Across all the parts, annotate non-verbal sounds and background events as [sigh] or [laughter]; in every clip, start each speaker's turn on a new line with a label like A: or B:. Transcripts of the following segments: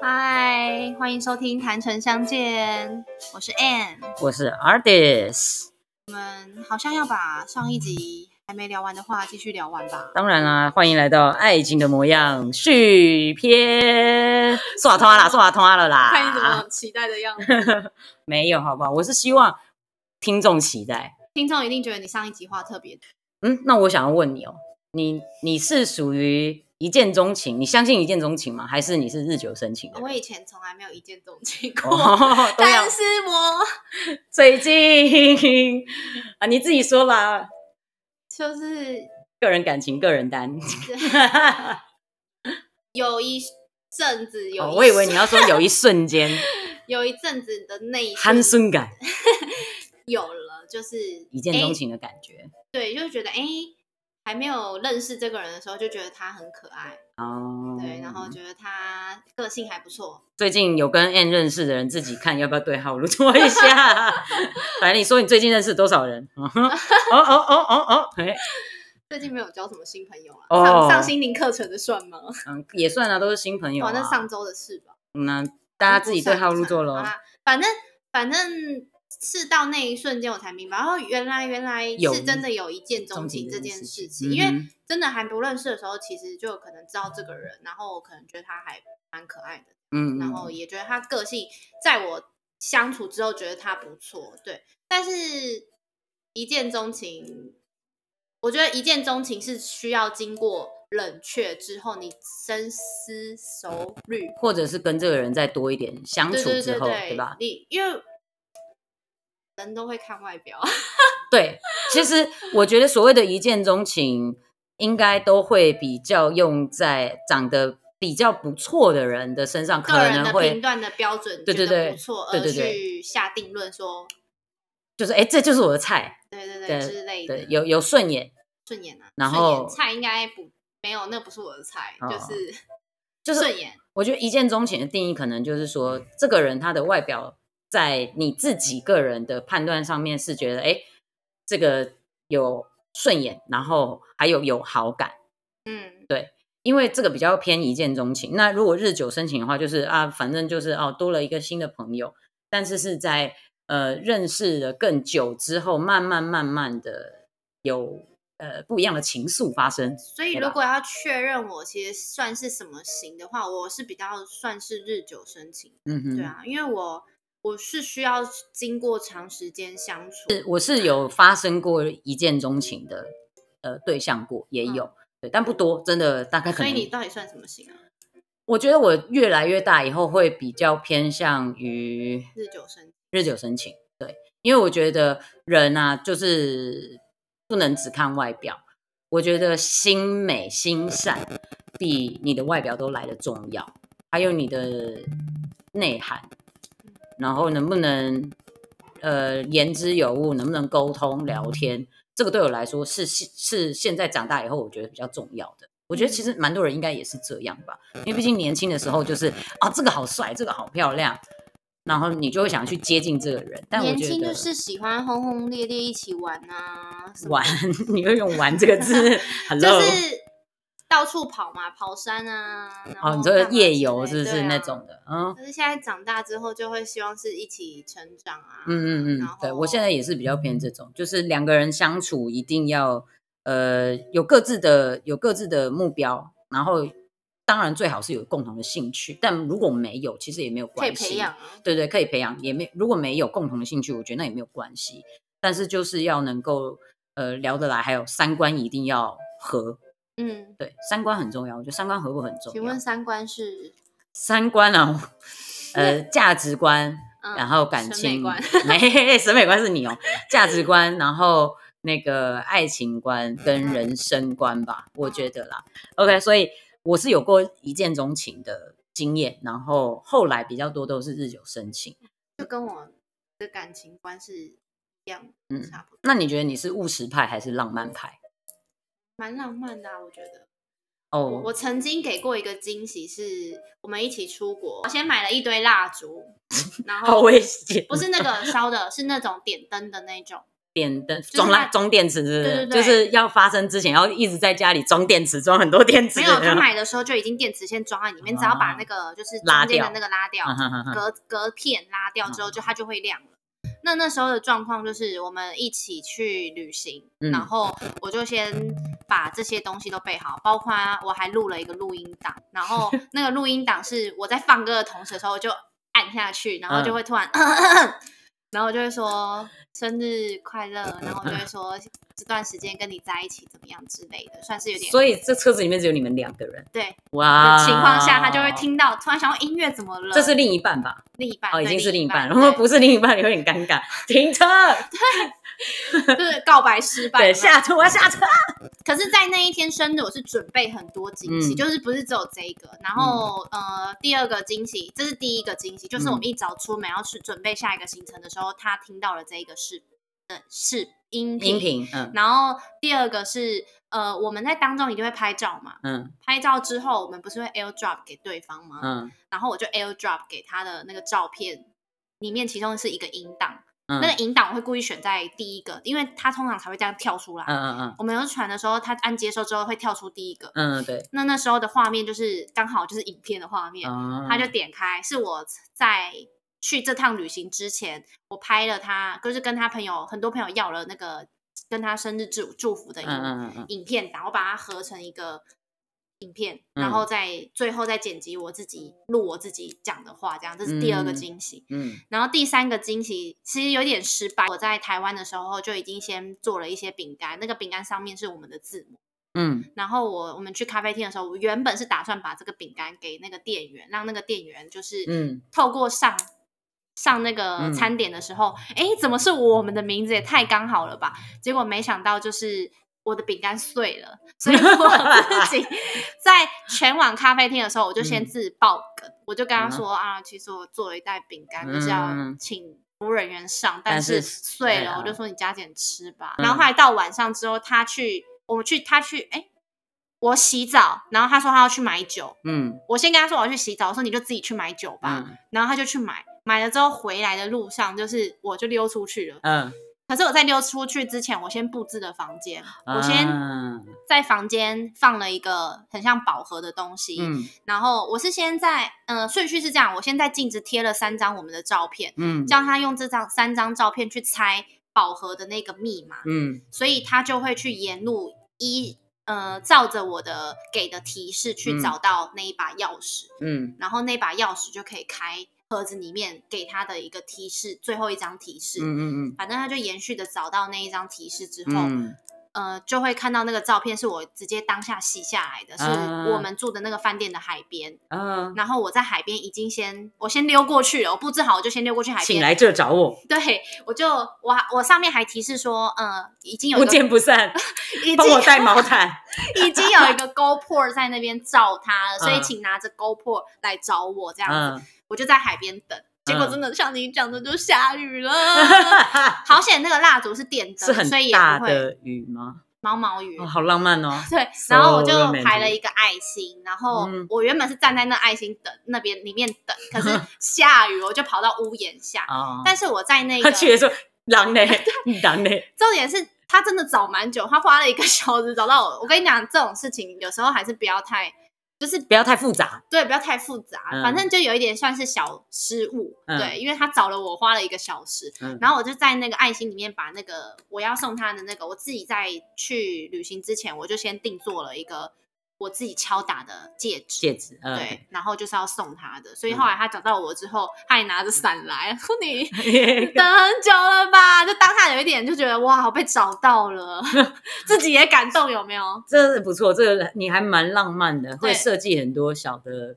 A: 嗨，欢迎收听《谈城相见》，我是 Anne。
B: 我是 Artis。
A: 我们好像要把上一集还没聊完的话继续聊完吧？
B: 当然啦、欢迎来到《爱情的模样》续篇。刷拖啦，刷拖了啦！
A: 看你怎么期待的样子，
B: [laughs] 没有，好不好？我是希望听众期待。
A: 听众一定觉得你上一集话特别多。
B: 嗯，那我想要问你哦，你你是属于一见钟情？你相信一见钟情吗？还是你是日久生情的人？
A: 我以前从来没有一见钟情过， [laughs]
B: 哦，都要
A: 但是我
B: 最近啊，你自己说啦，
A: 就是
B: 个人感情，个人单。
A: 有一阵子 [laughs] 有一、
B: 哦我以为你要说有一瞬间
A: 有 [laughs] 一阵子的那一
B: 酣
A: 瞬
B: 酸感，
A: 有了，就是
B: 一见钟
A: 诶
B: 情的感觉。
A: 对，就觉得哎、诶还没有认识这个人的时候，就觉得他很可爱，
B: 哦，
A: 对，然后觉得他个性还不错。
B: 最近有跟 N 认识的人，自己看要不要对号入座一下。
A: [laughs]
B: 来，你说你最近认识多少人？ [laughs] 嗯哼哦哦哦哦哦，哎，
A: 最近没有交什么新朋友啊，
B: 哦
A: 上上心灵课程的算吗？
B: 嗯，也算啊，都是新朋友、
A: 哇，
B: 啊。
A: 哦那上周的事吧，
B: 嗯那大家自己对号入座
A: 好
B: 喽。
A: 啦啊反正反正是到那一瞬间我才明白，哦，原来原来
B: 有
A: 是真的有一见钟
B: 钟
A: 情
B: 情
A: 这
B: 这件
A: 件
B: 事
A: 事
B: 情
A: 情，因为
B: 嗯哼
A: 真的还不认识的时候，其实就可能知道这个人，然后可能觉得他还蛮可爱的，
B: 嗯，
A: 啊然后也觉得他个性，在我相处之后觉得他不错，对。但是一见钟情，我觉得一见钟情是需要经过冷却之后，你深思熟虑，
B: 或者是跟这个人再多一点相处
A: 对对
B: 之
A: 对
B: 后，
A: 对，
B: 对吧？
A: 你因为人都会看外表，
B: 对，其实我觉得所谓的一见钟情，应该都会比较用在长得比较不错的人的身上，可
A: 个人
B: 能
A: 的
B: 会
A: 评断的标准
B: 对
A: 觉
B: 对
A: 得
B: 对
A: 不错，
B: 对
A: 而
B: 对对
A: 去下定论说，
B: 就是哎、诶这就是我的菜，
A: 对对对
B: 对
A: 之类的
B: 对，，有有顺眼，
A: 顺眼啊，
B: 然
A: 顺眼
B: 后
A: 菜应该不没有，那不是我的菜，就
B: 哦
A: 是
B: 就是
A: 顺眼。
B: 我觉得一见钟情的定义，可能就是说，这个人他的外表在你自己个人的判断上面是觉得，哎，这个有顺眼，然后还有有好感，
A: 嗯，
B: 因为这个比较偏一见钟情。那如果日久生情的话，就是啊，反正就是哦，多了一个新的朋友，但是是在呃认识了更久之后，慢慢慢慢的有呃不一样的情愫发生。
A: 所以
B: 对
A: 如
B: 吧
A: 果要确认我其实算是什么型的话，我是比较算是日久生情，
B: 嗯哼，
A: 对啊，因为我我是需要经过长时间相处，
B: 是我是有发生过一见钟情的呃对象过，也有、对，但不多，真的大概
A: 嗯
B: 可
A: 所
B: 能。
A: 以你到底算什么型啊？
B: 我觉得我越来越大以后会比较偏向于
A: 日久生情，
B: 日久生情，对，因为我觉得人啊，就是不能只看外表，我觉得心美心善比你的外表都来的重要，还有你的内涵，然后能不能呃言之有物，能不能沟通聊天，这个对我来说是是是现在长大以后我觉得比较重要的。我觉得其实蛮多人应该也是这样吧，因为毕竟年轻的时候就是啊，这个好帅，这个好漂亮，然后你就会想去接近这个人。但我
A: 年
B: 觉
A: 轻
B: 得
A: 就是喜欢轰轰烈烈一起玩啊，什么
B: 玩， [laughs] 你会用“玩”这个
A: [laughs]
B: 字
A: 就
B: ，hello，
A: 是到处跑嘛，跑山啊，然
B: 哦，
A: 后
B: 你说
A: 干嘛
B: 夜
A: 之
B: 游
A: 类
B: 是不
A: 对
B: 是
A: 啊
B: 那种的？嗯
A: 可是现在长大之后，就会希望是一起成长啊。
B: 嗯嗯
A: 然
B: 嗯
A: 后，
B: 对我现在也是比较偏这种，就是两个人相处一定要呃有各自的有各自的目标，然后当然最好是有共同的兴趣，但如果没有，其实也没有
A: 可以
B: 关系。
A: 培养啊。
B: 对对，可以培养，也没如果没有共同的兴趣，我觉得那也没有关系。但是就是要能够呃聊得来，还有三观一定要合。
A: 嗯，
B: 对，三观很重要，我觉得三观合不合很重要。
A: 请问三观是？
B: 三观啊，呃，价值观，
A: 嗯
B: 然后感
A: 审美
B: 情，
A: 观
B: 没审美观是你哦，价值观，然后那个爱情观跟
A: 嗯
B: 人生观吧，我觉得啦。OK，所以我是有过一见钟情的经验，然后后来比较多都是日久生情。
A: 就跟我的感情观是一样，
B: 嗯
A: 差不多，
B: 那你觉得你是务实派还是浪漫派？
A: 蛮浪漫的、啊，我觉得。
B: 哦，
A: 我我曾经给过一个惊喜，是我们一起出国，我先买了一堆蜡烛，然
B: 嗯 [laughs] 好
A: 后
B: 危险， [laughs]
A: 不是那个烧的，是那种点灯的那种，
B: 电灯
A: 是
B: 装
A: 他
B: 啦装电池是不是
A: 对对对
B: 就是要发生之前要一直在家里装电池，装很多电池。
A: 没有，他买的时候就已经电池线装在里面，只要把那个就是
B: 哦拉
A: 中间的
B: 掉
A: 那个拉掉，
B: 嗯哼嗯哼哼
A: 隔隔片拉掉之后，就它就会亮了。那那时候的状况就是，我们一起去旅行，
B: 嗯
A: 然后我就先把这些东西都备好，包括我还录了一个录音档，然
B: [laughs]
A: 后那个录音档是我在放歌的同时的时候，我就按下去，然
B: 嗯
A: 后就会突然、 [laughs] 然后我就会说生日快乐，然后我就会说这段时间跟你在一起怎么样之类的，算是有点
B: 所以这车子里面只有你们两个人
A: 对
B: 哇
A: 的情况下，他就会，听到突然想到音乐怎么了，
B: 啊这是另一半吧？
A: 另一半
B: 哦，已
A: 对
B: 经是另
A: 一
B: 一半了，
A: 了，
B: 如果
A: 对
B: 不是另一半有点尴尬。停
A: [laughs]
B: 车，
A: 就是告白失败。
B: 对，
A: 有没有
B: 下车，我要下车。
A: 可是，在那一天生日，我是准备很多惊喜，
B: 嗯
A: 就是不是只有这一个。然后，呃，第二个惊喜，这是第一个惊喜，就是
B: 嗯
A: 我们一早出门要去准备下一个行程的时候，他听到了这一个是，呃，是音频。
B: 音频，嗯
A: 然后第二个是，呃，我们在当中一定会拍照嘛，
B: 嗯
A: 拍照之后我们不是会 AirDrop 给对方吗？
B: 嗯
A: 然后我就 AirDrop 给他的那个照片，里面其中是一个音档，
B: 嗯，
A: 那个引导我会故意选在第一个，因为它通常才会这样跳出来。
B: 嗯嗯嗯
A: 我们有传的时候，它按接收之后会跳出第一个。
B: 嗯，对，
A: 那那时候的画面就是刚好就是影片的画面，
B: 他
A: 他就点开，是我在去这趟旅行之前，我拍了他，就是跟他朋友很多朋友要了那个跟他生日祝祝福的影、
B: 嗯嗯嗯嗯
A: 影片档，我把它合成一个影片，
B: 嗯
A: 然后再最后再剪辑我自己录我自己讲的话，这样这是第二个
B: 嗯
A: 惊喜。
B: 嗯
A: 然后第三个惊喜其实有点失败，我在台湾的时候就已经先做了一些饼干，那个饼干上面是我们的字母。
B: 嗯
A: 然后我我们去咖啡厅的时候，我原本是打算把这个饼干给那个店员，让那个店员就是
B: 嗯，
A: 透过上、上那个
B: 嗯
A: 餐点的时候，哎、怎么是我们的名字？也太刚好了吧！结果没想到就是。我的饼干碎
B: [laughs]
A: 了，所以我自己在全网咖啡厅的时候，我就先
B: 嗯
A: 自爆梗，我就跟他
B: 嗯
A: 说啊，其实我做了一袋饼干，就是要
B: 嗯
A: 请服务人员上，
B: 但
A: 但是
B: 是对
A: 碎了，
B: 啊
A: 我就说你加点吃吧。
B: 嗯
A: 然后后来到晚上之后，他去，我们去，他去，哎，我洗澡，然后他说他要去买酒，
B: 嗯
A: 我先跟他说我要去洗澡，我说你就自己去买酒吧，
B: 嗯
A: 然后他就去买，买了之后回来的路上，就是我就溜出去了。
B: 嗯，
A: 可是我在溜出去之前，我先布置了房间，我先
B: 嗯
A: 在房间放了一个很像宝盒的东西，
B: 嗯
A: 然后我是先在，呃，顺序是这样，我先在镜子贴了三张我们的照片，
B: 嗯
A: 叫他用这张三张照片去猜宝盒的那个密码，
B: 嗯
A: 所以他就会去沿路一呃照着我的给的提示去
B: 嗯
A: 找到那一把钥匙，
B: 嗯
A: 然后那把钥匙就可以开盒子里面给他的一个提示，最后一张提示。
B: 嗯嗯
A: 反正他就延续的找到那一张提示之后，
B: 嗯
A: 呃，就会看到那个照片是我直接当下洗下来的，
B: 啊
A: 是我们住的那个饭店的海边。
B: 啊，
A: 然后我在海边已经先，我先溜过去了，我布置好我就先溜过去海
B: 请
A: 边。
B: 来这找我，
A: 对，我就我我上面还提示说，呃，已经有
B: 不
A: 一个
B: 见不散，
A: 已
B: 帮
A: 经
B: 我带毛毯。
A: 已经有一个 GoPro 在那边照他了，所以
B: 嗯
A: 请拿着 GoPro 来找 [laughs] 我这样子。
B: 嗯，
A: 我就在海边等，结果
B: 嗯
A: 真的像你讲的，就下雨
B: [laughs]
A: 了。好险，那个蜡烛是电灯，
B: 是很
A: 嗯所以也
B: 大
A: 不会
B: 的雨吗？
A: 毛毛雨。
B: 哦，好浪漫哦。
A: 对，然后我
B: So
A: 就
B: romantic
A: 排了一个爱心，然后
B: 嗯
A: 我原本是站在那爱心等那边里面等，可
B: [laughs]
A: 是下雨，我就跑到屋檐下。
B: 啊，
A: [laughs] 但是我在那
B: 他
A: 个，
B: 去的时候，狼呢？
A: [laughs]
B: [laughs] 狼呢？
A: 重点是他真的找蛮久，他花了一个 [laughs] 小时找到我。我跟你讲，这种事情有时候还是不要太，就是
B: 不要太复杂。
A: 对，不要太复杂，
B: 嗯
A: 反正就有一点算是小失误，
B: 嗯
A: 对，因为他找了我花了一个小时，
B: 嗯
A: 然后我就在那个爱心里面把那个我要送他的那个，我自己在去旅行之前，我就先定做了一个我自己敲打的戒指。
B: 戒指，嗯，
A: 对，然后就是要送他的，所以后来他找到我之后，他也拿着伞来，说
B: [laughs]
A: 你等很久了吧？就当下有一点就觉得哇，我被找到
B: [laughs]
A: 了，自己也感动，有没有？
B: 这不错，这个你还蛮浪漫的，
A: 对
B: 会设计很多小的，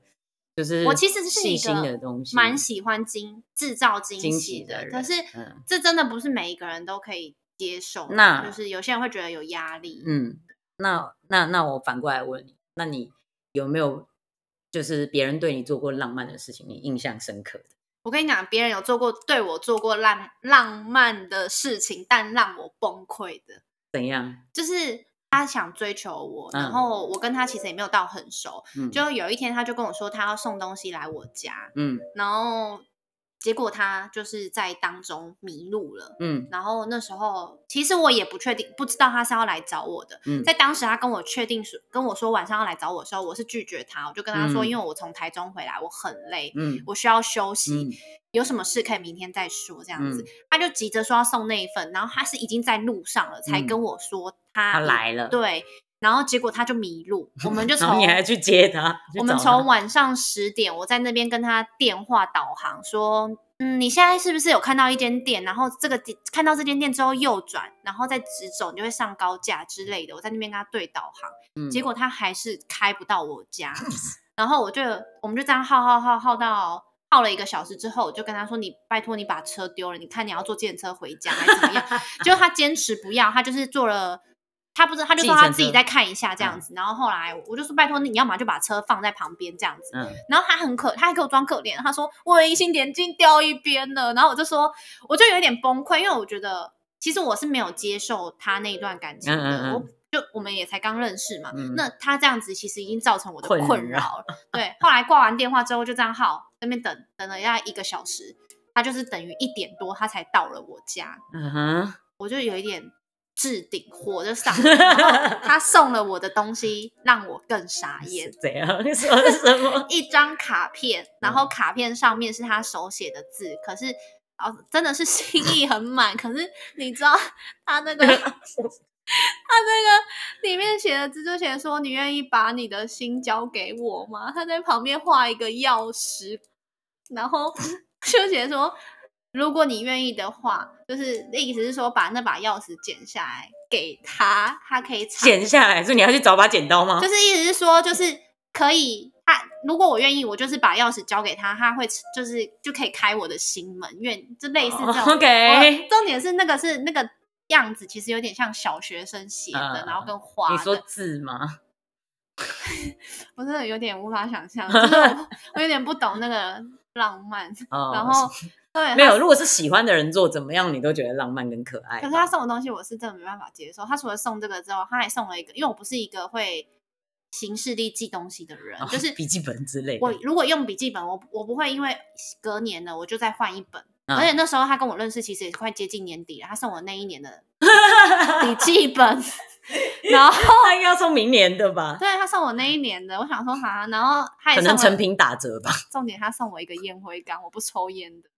B: 就是
A: 我其实是
B: 细
A: 一
B: 心
A: 个
B: 的东西，
A: 蛮喜欢惊制造惊
B: 惊
A: 喜
B: 喜的人
A: 可是
B: 嗯
A: 这真的不是每一个人都可以接受的。
B: 那
A: 就是有些人会觉得有压力。
B: 嗯，那那那我反过来问你，那你有没有就是别人对你做过浪漫的事情，你印象深刻的？
A: 我跟你讲，别人有做过对我做过浪浪漫的事情，但让我崩溃的，
B: 怎样？
A: 就是他想追求我，
B: 嗯
A: 然后我跟他其实也没有到很熟。
B: 嗯，
A: 就有一天，他就跟我说他要送东西来我家，
B: 嗯
A: 然后结果他就是在当中迷路了。
B: 嗯
A: 然后那时候，其实我也不确定，不知道他是要来找我的。
B: 嗯
A: 在当时他跟我确定说跟我说晚上要来找我的时候，我是拒绝他，我就跟他说，
B: 嗯
A: 因为我从台中回来，我很累，
B: 嗯
A: 我需要休息，
B: 嗯
A: 有什么事可以明天再说这样子。
B: 嗯
A: 他就急着说要送那一份，然后他是已经在路上了，才
B: 嗯
A: 跟我说他
B: 他来了
A: 对，然后结果他就迷路，我们就
B: [laughs] 然后
A: 从
B: 你还去接他，去
A: 我们
B: 找他
A: 从晚上十点，我在那边跟他电话导航说。嗯，你现在是不是有看到一间店？然后这个地看到这间店之后右转，然后再直走，你就会上高架之类的。我在那边跟他对导航，
B: 嗯
A: 结果他还是开不到我家， [laughs] 然后我就我们就这样耗耗耗耗到耗了一个小时之后，我就跟他说：“你拜托你把车丢了，你看你要坐电车回家还是怎么 [laughs] 样？”结果他坚持不要，他就是坐了。他不是，他就说
B: 计
A: 他
B: 程
A: 自己嗯
B: 车
A: 再看一下这样子，然后后来我就说拜托你，你要么就把车放在旁边这样子，
B: 嗯
A: 然后他很可，他还给我装可怜，他说我的隐形眼镜掉一边了，然后我就说，我就有点崩溃，因为我觉得其实我是没有接受他那一段感情的，
B: 嗯嗯嗯
A: 我就我们也才刚认识嘛，
B: 嗯
A: 那他这样子其实已经造成我的
B: 困扰
A: 困扰了，对，后来挂完电话之后就这样耗那边等等了大概一个小时，他就是等于一点多他才到了我家，
B: 嗯哼，
A: 我就有一点。置顶火就上来，然后他送了我的东西，让我更傻眼
B: 是。怎样？ [laughs] 说什么？
A: 一张卡片，然后卡片上面是他手写的字，可是哦，真的是 [laughs] 心意很满。可是你知道他那个他那个里面写的字就写说你愿意把你的心交给我吗？他在旁边画一个钥匙，然后就写说如果你愿意的话，就是意思是说把那把钥匙剪下来给他，他可以藏
B: 剪下来，所以你要去找把剪刀吗
A: 就？是意思是说，就是可以他如果我愿意，我就是把钥匙交给他，他会就是就可以开我的心门，愿就类似这种。
B: 哦 OK
A: 我重点是那个是那个样子，其实有点像小学生写的，
B: 嗯
A: 然后跟花
B: 你
A: 的。
B: 说字吗？
A: 我真的有点无法想
B: [laughs]
A: 象，就是我我有点不懂那个浪漫。
B: 哦，
A: 然后对，
B: 没
A: 他
B: 有，如果是喜欢的人做，怎么样你都觉得浪漫跟可爱吧。
A: 可是他送的东西我是真的没办法接受。他除了送这个之后，他还送了一个，因为我不是一个会行事力记东西的人，
B: 哦
A: 就是
B: 笔记本之类的，
A: 我如果用笔记本，我不我不会因为隔年了我就再换一本。
B: 嗯
A: 而且那时候他跟我认识，其实也快接近年底了。他送我那一年
B: [laughs]
A: 的笔记本，然后
B: [laughs] 他应该要送明年的吧？
A: 对他送我那一年的，我想说哈，然后他也
B: 可
A: 送
B: 能成
A: 我，
B: 品打折吧？
A: 重点他送我一个烟灰缸，我不抽烟的。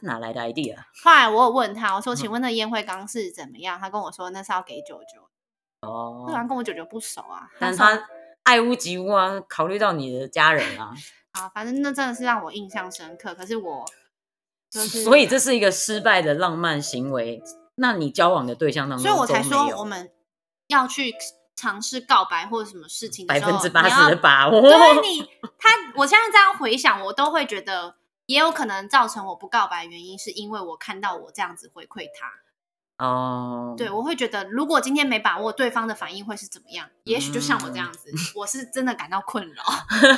B: 这哪来的 idea？
A: 后来我有问他，我说：“
B: 嗯
A: 请问那烟灰缸是怎么样？”他跟我说那是要给九九，
B: 哦
A: 不，然跟我九九不熟啊。
B: 但是
A: 送
B: 他爱屋及乌啊，考虑到你的家人啊，
A: 啊，反正那真的是让我印象深刻。可是我 [laughs] 就是，
B: 所以这是一个失败的浪漫行为。那你交往的对象当中
A: 所以
B: 都没
A: 我
B: 有，
A: 才说我们要去尝试告白或者什么事情的
B: 百
A: 时候，
B: 分之八十
A: 你
B: 的
A: 要
B: 把握，
A: 对啊你他，我现在这样回想，我都会觉得也有可能造成我不告白的原因，是因为我看到我这样子回馈他，
B: 哦， [laughs]
A: 对我会觉得如果今天没把握，对方的反应会是怎么样？也许就像我这样
B: 嗯
A: 子，我是真的感到困扰， [laughs]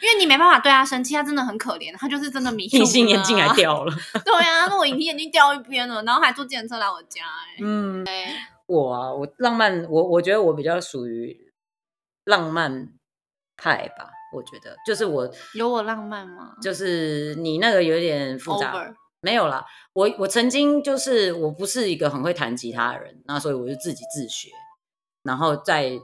A: 因为你没办法对他生气，他真的很可怜，他就是真的迷路
B: [laughs] 隐形眼
A: 了
B: 镜还
A: 啊，
B: 掉了。
A: 对啊，那我隐形眼镜掉一边了，然后还坐计程车来我家、欸，
B: 嗯，我啊，我浪漫，我我觉得我比较属于浪漫派吧。我觉得就是我
A: 有我浪漫吗？
B: 就是你那个有点复杂
A: Over
B: 没有啦。我我曾经就是我不是一个很会弹吉他的人，那所以我就自己自学，然后在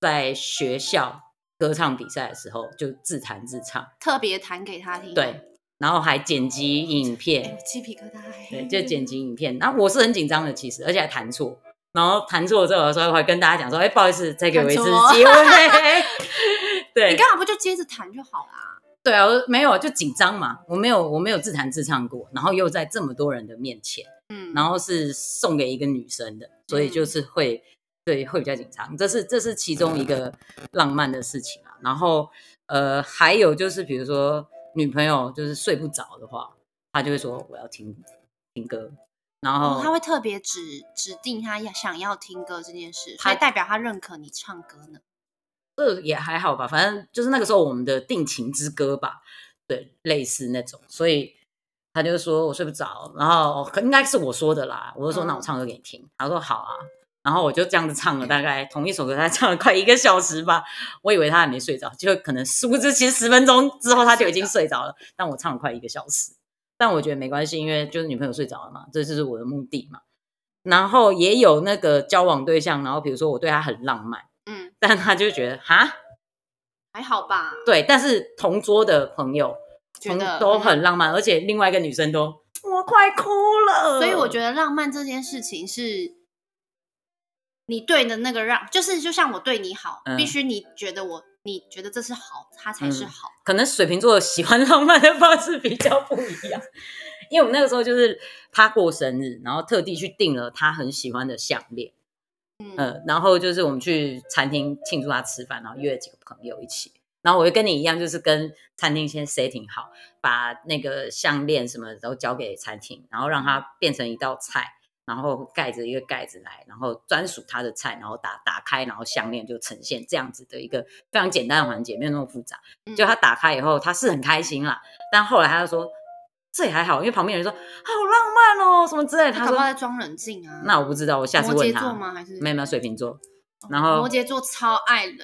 B: 在学校歌唱比赛的时候就自弹自唱，
A: 特别弹给他听。
B: 对，然后还剪辑影
A: 哎，
B: 片
A: 我，鸡皮疙瘩欸。
B: 对，
A: [laughs]
B: 就剪辑影片。然后我是很紧张的，其实，而且还弹错。然后弹错之后，有时候我还跟大家讲说：“哎，不好意思，再给我一次
A: 弹错
B: 机会。” [laughs]
A: 你
B: 对
A: 干嘛不就接着弹就好啦？
B: 对啊，我没有就紧张嘛，我没有我没有自弹自唱过，然后又在这么多人的面前，
A: 嗯，
B: 然后是送给一个女生的，所以就是会、对会比较紧张，这是这是其中一个浪漫的事情啊。然后呃，还有就是比如说女朋友就是睡不着的话，她就会说我要听听歌，然后、
A: 哦他会特别指指定他要想要听歌这件事，所
B: 他
A: 以代表他认可你唱歌呢。
B: 这也还好吧，反正就是那个时候我们的定情之歌吧，对，类似那种，所以他就说我睡不着，然后可应该是我说的啦，我就说
A: 嗯
B: 那我唱歌给你听，他说好啊，然后我就这样子唱了大概同一首歌，他唱了快一个小时吧，我以为他还没睡着，就可能殊不知其实十分钟之后他就已经睡着了，但我唱了快一个小时，但我觉得没关系，因为就是女朋友睡着了嘛，这就是我的目的嘛。然后也有那个交往对象，然后比如说我对他很浪漫，
A: 嗯，
B: 但他就觉得哈，
A: 还好吧？
B: 对，但是同桌的朋友
A: 觉
B: 同
A: 得嗯
B: 都很浪漫，而且另外一个女生都我快哭了，
A: 所以我觉
B: 得
A: 得浪漫这件事情是，你对的那个让，就是就像我对你好，
B: 嗯
A: 必须你觉得我，你觉得这是好，他才是
B: 嗯
A: 好。
B: 可能水瓶座喜欢浪漫的方式比较不一样，因为我们那个时候就是他过生日，然后特地去订了他很喜欢的项链，
A: 嗯，
B: 呃，然后就是我们去餐厅庆祝他吃饭，然后约了几个朋友一起。然后我就跟你一样，就是跟餐厅先 setting 好，把那个项链什么都交给餐厅，然后让它变成一道菜，然后盖着一个盖子来，然后专属它的菜，然后打打开，然后项链就呈现这样子的一个非常简单的环节，没有那么复杂。
A: 嗯
B: 就他打开以后，他是很开心啦，但后来他就说这也还好，因为旁边人说好浪漫哦什么之类的，
A: 他
B: 他
A: 搞
B: 说
A: 不好在装冷静啊。
B: 那我不知道，我下次
A: 摩
B: 问
A: 羯座
B: 他。
A: 吗？还嗯是
B: 没有没有水瓶座，然后
A: 摩羯座超爱冷，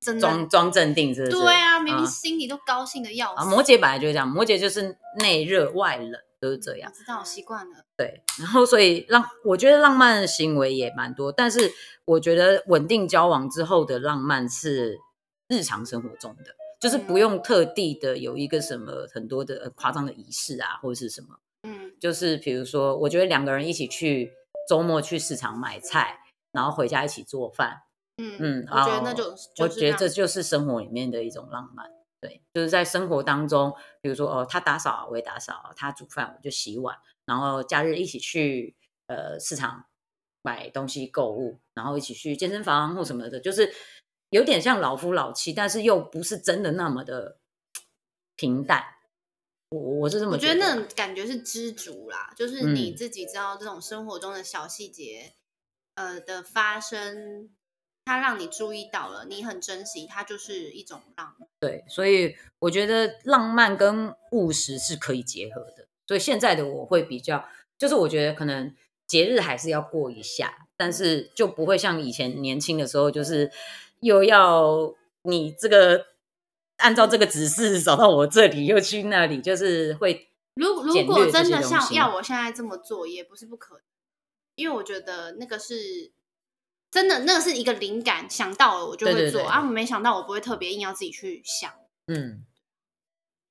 A: 真的。
B: 装装镇定是不是？
A: 对啊，明明
B: 啊
A: 心里都高兴的要
B: 啊，
A: 死。
B: 摩羯本来就是这样，摩羯就是内热外冷都、是这
A: 我
B: 样。
A: 知道，我习惯了。
B: 对，然后所以让我觉得浪漫的行为也蛮多，但是我觉得稳定交往之后的浪漫是日常生活中的，就是
A: 嗯
B: 不用特地的有一个什么很多的呃夸张的仪式啊，或者是什么。
A: 嗯
B: 就是比如说，我觉得两个人一起去周末去市场买菜，然后回家一起做饭，
A: 嗯
B: 嗯
A: 我觉得那
B: 哦
A: 种，
B: 我
A: 就是
B: 觉得
A: 让
B: 这就是生活里面的一种浪漫。对，就是在生活当中，比如说哦，他打扫我也打扫，他煮饭我就洗碗，然后假日一起去呃市场买东西购物，然后一起去健身房或什么的，就是有点像老夫老妻，但是又不是真的那么的平淡。我我是这么
A: 我觉得那
B: 啦
A: 种感觉是知足啦，就是你
B: 嗯
A: 自己知道这种生活中的小细节，呃的发生，它让你注意到了，你很珍惜，它就是一种浪漫。
B: 对，所以我觉得浪漫跟务实是可以结合的。所以现在的我会比较，就是我觉得可能节日还是要过一下，但是就不会像以前年轻的时候，就是又要你这个按照这个指示找到我这里，又去那里，就是会
A: 如
B: 简
A: 如
B: 略
A: 果
B: 这
A: 真
B: 些
A: 的
B: 东
A: 像
B: 西
A: 要我现在这么做，也不是不可能，因为我觉得那个是真的，那个是一个灵感，想到了我就
B: 对
A: 会
B: 对
A: 做
B: 对
A: 啊，我没想到我不会特别硬要自己去想。
B: 嗯，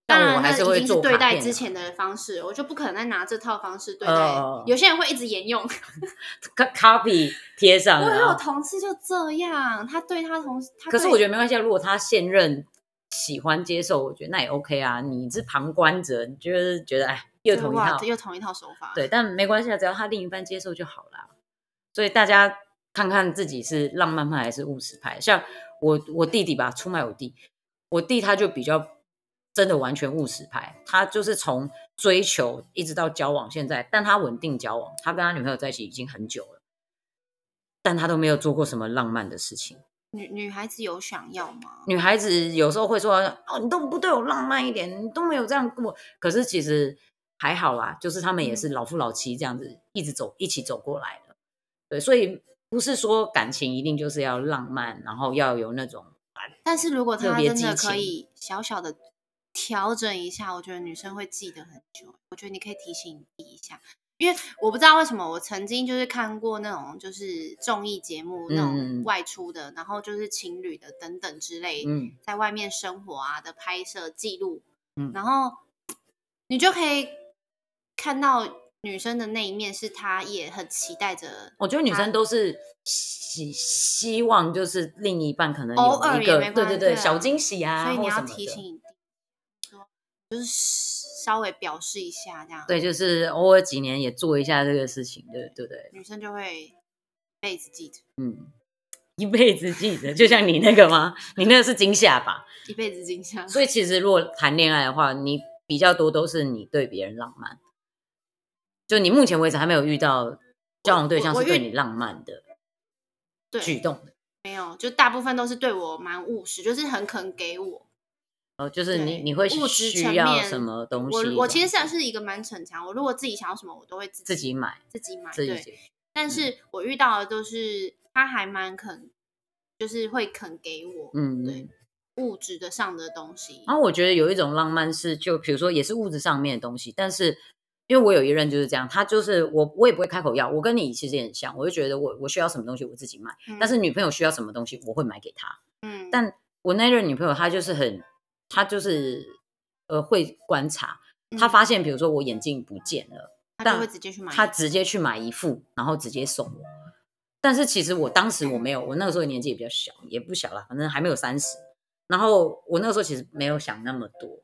A: 当
B: 但
A: 然，
B: 我还是
A: 那已
B: 会
A: 经
B: 做
A: 对
B: 卡
A: 待
B: 片
A: 之
B: 啊
A: 前的方式，我就不可能再拿这套方式对待。
B: 哦
A: 有些人会一直沿用，
B: co- copy 贴
A: [laughs]
B: 上，
A: 我
B: 然
A: 有
B: 后
A: 同事就这样，他对他同事，他
B: 可是我觉
A: 得
B: 得没关系啊，如果他现任喜欢接受，我觉得那也 OK 啊。你是旁观者，你就是觉得哎，又同一套，
A: 又同一套手法。
B: 对，但没关系啊，只要他另一半接受就好啦。所以大家看看自己是浪漫派还是务实派。像我，我弟弟吧，出卖我弟，我弟他就比较真的完全务实派，他就是从追求一直到交往现在，但他稳定交往，他跟他女朋友在一起已经很久了，但他都没有做过什么浪漫的事情。
A: 女女孩子有想要吗？
B: 女孩子有时候会说：“哦，你都不对我浪漫一点，你都没有这样过。”可是其实还好啦，就是他们也
A: 嗯
B: 是老夫老妻这样子，一直走一起走过来的。对，所以不是说感情一定就是要浪漫，然后要有那种
A: 但是如果
B: 特
A: 他
B: 别
A: 真的
B: 激
A: 可
B: 情
A: 以小小的调整一下，我觉得女生会记得很久。我觉得你可以提醒你弟一下，因为我不知道为什么，我曾经就是看过那种就是综艺节目那
B: 嗯
A: 种外出的，然后就是情侣的等等之类，
B: 嗯
A: 在外面生活啊的拍摄记录，
B: 嗯
A: 然后你就可以看到女生的那一面，是她也很期待着，
B: 我觉得女
A: 啊
B: 生都是希希望就是另一半可能
A: 偶
B: 有
A: 尔也
B: 一个
A: 没
B: 对
A: 关
B: 对
A: 系
B: 对
A: 对啊
B: 小惊喜啊，
A: 所以
B: 或
A: 你要
B: 什么的
A: 提醒你弟说，就是稍微表示一下这样，
B: 对，就是偶尔几年也做一下这个事情，对对不对？
A: 女生就会一辈子记着，
B: 嗯，一辈子记得，就像你那个吗？你那个是惊吓吧？
A: 一辈子惊吓。
B: 所以其实如果谈恋爱的话，你比较多都是你对别人浪漫，就你目前为止还没有遇到交往对象
A: 我我
B: 是
A: 遇
B: 对你浪漫的举
A: 对，
B: 动的，
A: 没有，就大部分都是对我蛮务实，就是很肯给我。
B: 哦，就是你
A: 对
B: 你会
A: 物质
B: 需
A: 层
B: 要
A: 面
B: 什么东西
A: 我我其实
B: 这样
A: 算是一个蛮逞强，我如果自己想要什么，我都会自己
B: 自己买
A: 自己买，
B: 自己
A: 对
B: 解决
A: 但是我遇到的都是他还蛮肯，就是会肯给我，
B: 嗯，哦
A: 对物质的上的东西。
B: 然后我觉得有一种浪漫是，就比如说也是物质上面的东西，但是因为我有一任就是这样，他就是我我也不会开口要，我跟你其实也很像，我就觉得我我需要什么东西我自己买，
A: 嗯
B: 但是女朋友需要什么东西我会买给她。
A: 嗯，
B: 但我那任女朋友她就是很，她就是呃会观察，她
A: 嗯
B: 发现比如说我眼镜不见了。
A: 他
B: 但
A: 就会直接去买。
B: 他直接去买一副，然后直接送我。但是其实我当时我没有，我那个时候年纪也比较小，也不小了，反正还没有三十。然后我那个时候其实没有想那么多，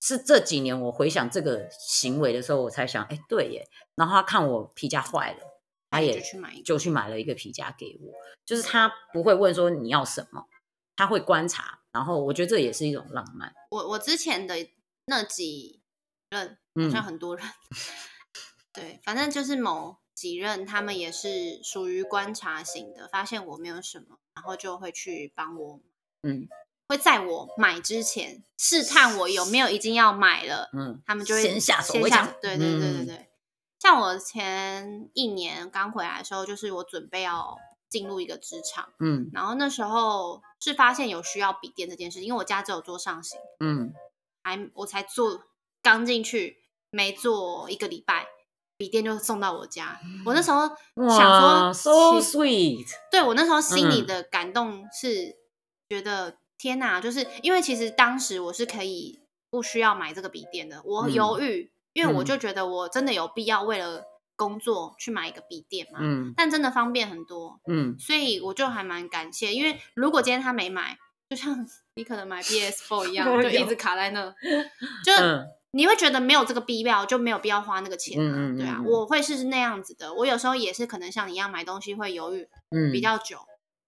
B: 是这几年我回想这个行为的时候，我才想，哎，对耶。然后他看我皮夹坏了，他
A: 那你
B: 也
A: 就去买一个。
B: 就去买了一个皮夹给我，就是他不会问说你要什么，他会观察。然后我觉得这也是一种浪漫，
A: 我我之前的那几任好
B: 嗯
A: 像很多人， [laughs] 对，反正就是某几任他们也是属于观察型的，发现我没有什么，然后就会去帮我，
B: 嗯
A: 会在我买之前试探我有没有已经要买了，
B: 嗯
A: 他们就会
B: 先下手
A: 先
B: 为
A: 下
B: 强
A: 对对对对
B: 嗯
A: 对。像我前一年刚回来的时候，就是我准备要进入一个职场，
B: 嗯
A: 然后那时候是发现有需要笔电这件事，因为我家只有桌上型，
B: 嗯
A: 还我才做刚进去没做一个礼拜，笔电就送到我家。我那时候
B: 哇
A: 想
B: ，so
A: 说，其
B: sweet，
A: 对我那时候心里
B: 嗯
A: 的感动是觉得天哪，就是因为其实当时我是可以不需要买这个笔电的，我
B: 嗯
A: 犹豫，因为我
B: 嗯
A: 就觉得我真的有必要为了工作去买一个笔电嘛，
B: 嗯
A: 但真的方便很多，
B: 嗯，
A: 所以我就还蛮感谢，因为如果今天他没买，就像 [laughs] 你可能买 PS Four 一样，
B: [laughs] 我
A: 就一
B: 有
A: 直卡在那，就
B: 嗯
A: 你会觉得没有这个必要，就没有必要花那个钱啊。
B: 嗯嗯嗯
A: 对啊
B: 嗯，
A: 我会是那样子的。我有时候也是可能像你一样买东西会犹豫
B: 嗯，
A: 比较久。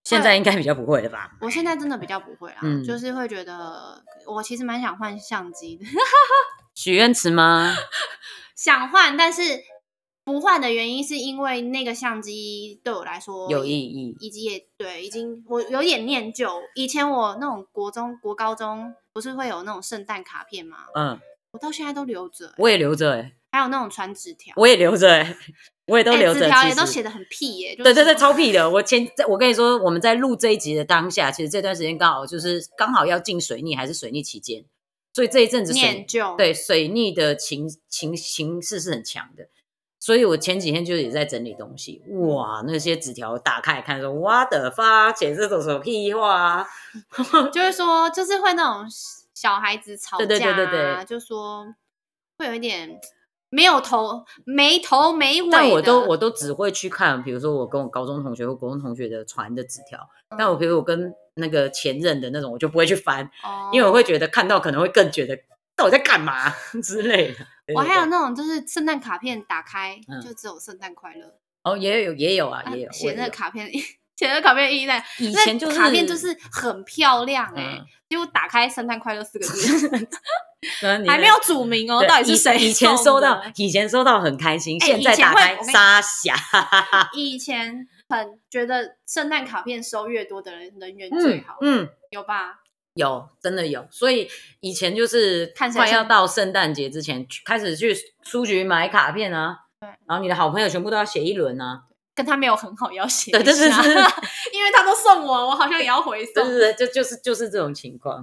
B: 现在应该比较不会了吧？
A: 我现在真的比较不会啦，
B: 嗯
A: 就是会觉得我其实蛮想换相机的， [laughs]
B: 许愿池吗？
A: 想换，但是不换的原因是因为那个相机对我来说
B: 有意义。
A: 以及也对，已经我有点念旧。以前我那种国中、国高中不是会有那种圣诞卡片吗？
B: 嗯，
A: 我到现在都留着欸、
B: 我也留着、欸，
A: 还有那种传纸条，
B: 我也留着、欸，我也都
A: 哎
B: 留
A: 纸
B: 着、
A: 条
B: 其
A: 也都
B: 实
A: 写的很屁耶、就
B: 对对
A: 是
B: 对，超屁的！我前在我跟你说，我们在录这一集的当下，其实这段时间刚好就是刚好要进水逆还是水逆期间，所以这一阵子水
A: 念旧，
B: 对水逆的情情情势是很强的。所以我前几天就也在整理东西，哇，那些纸条打开来看说，我的发，写这种什么屁话、啊？
A: 就是说，就是会那种小孩子吵架、啊，
B: 对对对对对
A: 就说会有一点没有头没头没尾的。
B: 但我都我都只会去看，比如说我跟我高中同学或国中同学的传的纸条，
A: 嗯
B: 但我比如我跟那个前任的那种，我就不会去翻，
A: 哦
B: 因为我会觉得看到可能会更觉得到底在干嘛 [laughs] 之类的。对
A: 我
B: 对
A: 还有
B: 对
A: 那种就是圣诞卡片打开、
B: 嗯
A: 就只有圣诞快乐，
B: 哦，也有也有啊，也有
A: 啊写
B: 我也
A: 那个
B: 有
A: 卡片， [laughs] 写那个卡片意义在
B: 以
A: 那
B: 前就是
A: 卡片就是很漂亮哎、
B: 嗯
A: 结果打开“圣诞快乐”四个字，
B: 嗯 [laughs] 你
A: [laughs] 还没
B: 那
A: 有署名哦，
B: 对
A: 到底是
B: 以
A: 谁？
B: 以前收到，以前收到很开心，
A: 哎
B: 现在
A: 以前
B: 打
A: 会
B: 开
A: 我跟你 [laughs]
B: 沙霞，啊
A: 以前很觉得圣诞卡片收越多的人人缘最
B: 嗯
A: 好，
B: 嗯，
A: 有吧？
B: 有，真的有。所以以前就是
A: 看谁
B: 快要
A: 先
B: 到圣诞节之前，去开始去书局买卡片啊。
A: 对
B: 然后你的好朋友全部都要写一轮啊。
A: 跟他没有很好要写一下，
B: 对对对对
A: [laughs] 因为他都送我，我好像也要回
B: 对
A: 送。
B: 对对，就就是就是这种情况。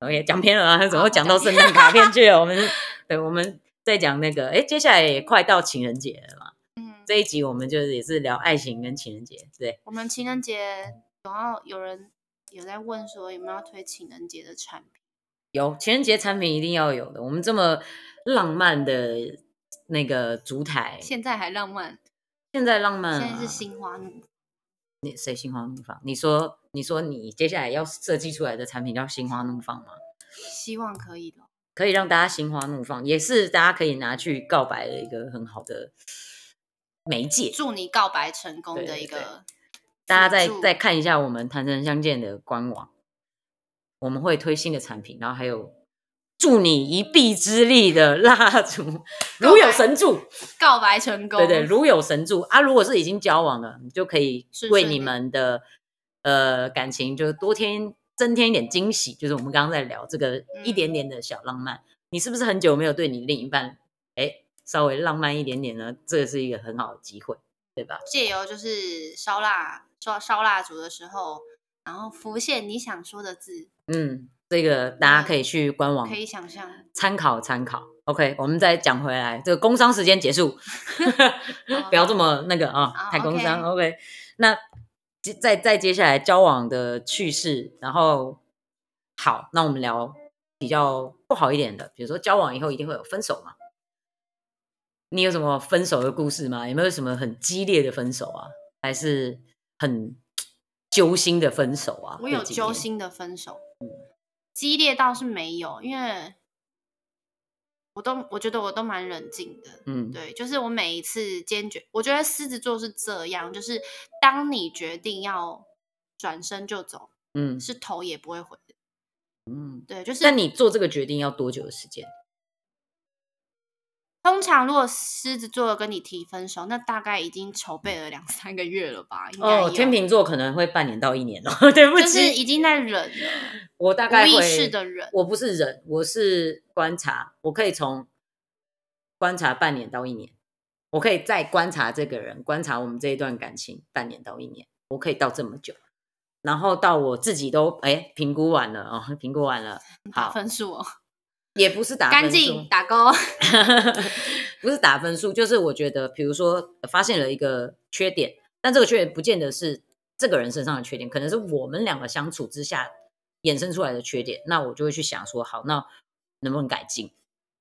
B: OK，讲偏了啊，怎么
A: 好
B: 会讲到圣诞
A: [laughs]
B: 卡片去了？我们对，我们在讲那个，哎，接下来也快到情人节了嘛。
A: 嗯，
B: 这一集我们就是也是聊爱情跟情人节，对，
A: 我们情人节有嗯要有人有在问说有没有要推情人节的产品？
B: 有情人节产品一定要有的。我们这么浪漫的那个烛台，
A: 现在还浪漫，
B: 现在浪漫、啊，
A: 现在是心花怒放。
B: 你谁心花怒放？你说，你说你接下来要设计出来的产品叫心花怒放吗？
A: 希望可以了。
B: 可以让大家心花怒放，也是大家可以拿去告白的一个很好的媒介。
A: 祝你告白成功
B: 对
A: 的
B: 对
A: 一
B: 对
A: 个
B: 大家再
A: 祝
B: 再看一下我们谈成相见的官网，我们会推新的产品，然后还有助你一臂之力的蜡烛，如有神助。
A: 告白成功。
B: 对对，如有神助啊！如果是已经交往了，你就可以
A: 顺
B: 为
A: 顺
B: 你
A: 利
B: 们的呃感情就多添增添一点惊喜。就是我们刚刚在聊这
A: 嗯
B: 个一点点的小浪漫，你是不是很久没有对你另一半哎稍微浪漫一点点呢？这是一个很好的机会，对吧？
A: 借由就是烧蜡烧烧蜡烛的时候，然后浮现你想说的字，
B: 嗯，这个大家可以去官网
A: 可以想象。
B: 参考参考。OK，我们再讲回来，这个工商时间
A: [laughs]
B: 结束，不要这么那个啊，
A: 好
B: 太工商。
A: OK
B: OK，那接再再接下来交往的趣事，然后好，那我们聊比较不好一点的，比如说交往以后一定会有分手嘛。你有什么分手的故事吗？有没有什么很激烈的分手啊？还是很揪心的分手啊？
A: 我有
B: 这几嗯
A: 揪
B: 年，
A: 心的分手，激烈倒是没有，因为我都我觉得我都蛮冷静的。
B: 嗯，
A: 对，就是我每一次坚决，我觉得狮子座是这样，就是当你决定要转身就走，
B: 嗯
A: 是头也不会回的。
B: 嗯。
A: 对，就是
B: 那你做这个决定要多久的时间？
A: 通常如果狮子座跟你提分手，那大概已经筹备了两三个月了吧？应该
B: 哦，
A: 有
B: 天秤座可能会半年到一年哦。 [laughs] 对不
A: 就
B: 起，
A: 是已经在忍了，
B: 我大概
A: 无
B: 会
A: 意识的忍。
B: 我不是人，我是观察，我可以从观察半年到一年，我可以再观察这个人，观察我们这一段感情半年到一年，我可以到这么久，然后到我自己都哎评估完了哦， [laughs] 评估完了，
A: 打
B: 好
A: 分数哦，
B: 也不是打
A: 干
B: 分数
A: 净打勾。
B: [laughs] 不是打分数，就是我觉得，比如说呃发现了一个缺点，但这个缺点不见得是这个人身上的缺点，可能是我们两个相处之下衍生出来的缺点。那我就会去想说，好，那能不能改进？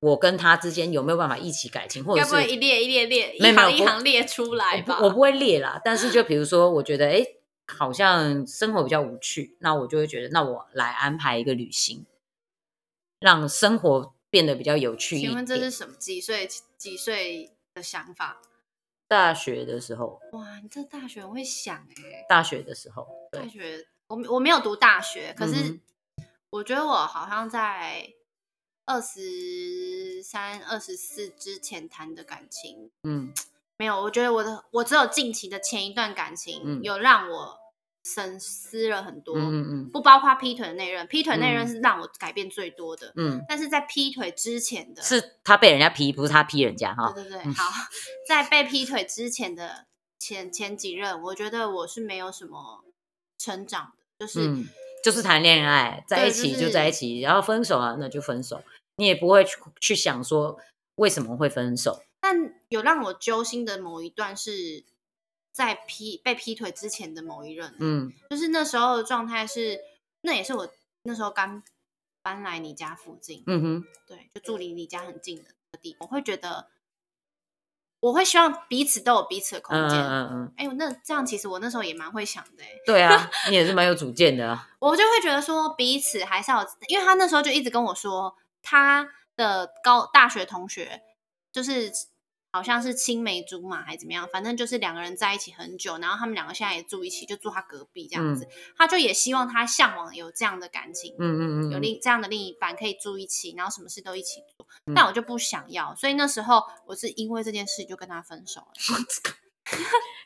B: 我跟他之间有没有办法一起改进，或者
A: 该
B: 是
A: 不会一列一列列，
B: 没有
A: 一
B: 没
A: 行
B: 有
A: 一
B: 不
A: 行列出来吧？
B: 我不我不会列啦，但是就比如说，我觉得哎，诶好像生活比较无趣，那我就会觉得，那我来安排一个旅行，让生活变得比较有趣一点。
A: 请问这是什么几岁几岁的想法？
B: 大学的时候，
A: 哇，你这大学很会想哎、
B: 大学的时候，对
A: 大学我我没有读大学，可
B: 嗯
A: 是我觉得我好像在二十三、二十四之前谈的感情，
B: 嗯
A: 没有。我觉得我的我只有近期的前一段感情、
B: 嗯
A: 有让我深思了很多，
B: 嗯嗯
A: 不包括劈腿的那任，劈腿那任
B: 嗯
A: 是让我改变最多的。
B: 嗯，
A: 但是在劈腿之前的，
B: 嗯，是他被人家劈，不是他劈人家哈。
A: 对对对，
B: 嗯
A: 好，在被劈腿之前的前前几任，我觉得我是没有什么成长的，就是、
B: 嗯，就是谈恋爱，在一起
A: 就是
B: 就在一起，然后分手了那就分手，你也不会去去想说为什么会分手。
A: 但有让我揪心的某一段是在劈被劈腿之前的某一任，
B: 嗯
A: 就是那时候的状态是，那也是我那时候刚搬来你家附近，
B: 嗯哼，
A: 对，就住离你家很近的地方，我会觉得。我会希望彼此都有彼此的空
B: 嗯
A: 间。
B: 嗯嗯嗯，
A: 哎、呦，那这样其实我那时候也蛮会想的、欸，
B: 对啊，你也是蛮有主见的啊。
A: 我就会觉得说彼此还是要，因为他那时候就一直跟我说，他的高大学同学就是好像是青梅竹马还怎么样，反正就是两个人在一起很久，然后他们两个现在也住一起，就住他隔壁这样子。他就也希望他向往有这样的感情，
B: 嗯嗯嗯嗯
A: 有
B: 嗯，
A: 另这样的另一半可以住一起，然后什么事都一起做。
B: 嗯
A: 但我就不想要，所以那时候我是因为这件事就跟他分手了。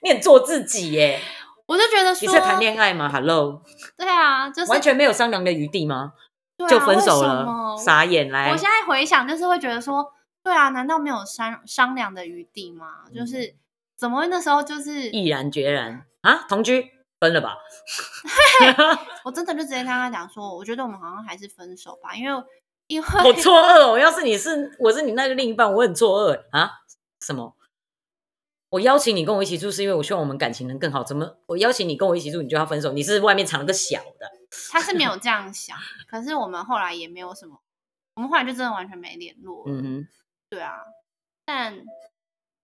B: 你很做自己耶，
A: 我就觉得
B: 你
A: 说，
B: 在谈恋爱吗？Hello，
A: 对啊，就是
B: 完全没有商量的余地吗？
A: 对啊
B: 就分手
A: 为什么
B: 了，傻眼来
A: 我。现在回想，就是会觉得说，对啊，难道没有商商量的余地吗？就是怎么会那时候就是，
B: 毅然决然啊，同居分
A: [laughs]
B: 了吧？ [laughs]
A: 我真的就直接跟他讲说，我觉得我们好像还是分手吧，因为因为
B: [laughs] 好错愕哦！要是你是我是你那个另一半，我很错愕啊！什么？我邀请你跟我一起住，是因为我希望我们感情能更好。怎么我邀请你跟我一起住，你就要分手？你是外面藏了个小的，
A: 他是没有这样想，可是我们后来也没有什么，我们后来就真的完全没联络了，
B: 嗯
A: 对啊，但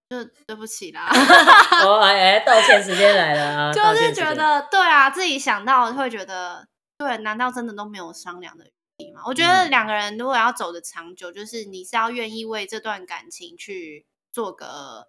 A: 就对不起啦。
B: 哼，哦哎，道歉时间来了
A: [laughs]
B: 啊！
A: 就
B: 道歉
A: 是
B: 时间
A: 觉得对啊，自己想到会觉得，对，难道真的都没有商量的余地吗？我觉得
B: 嗯
A: 两个人如果要走的长久，就是你是要愿意为这段感情去做个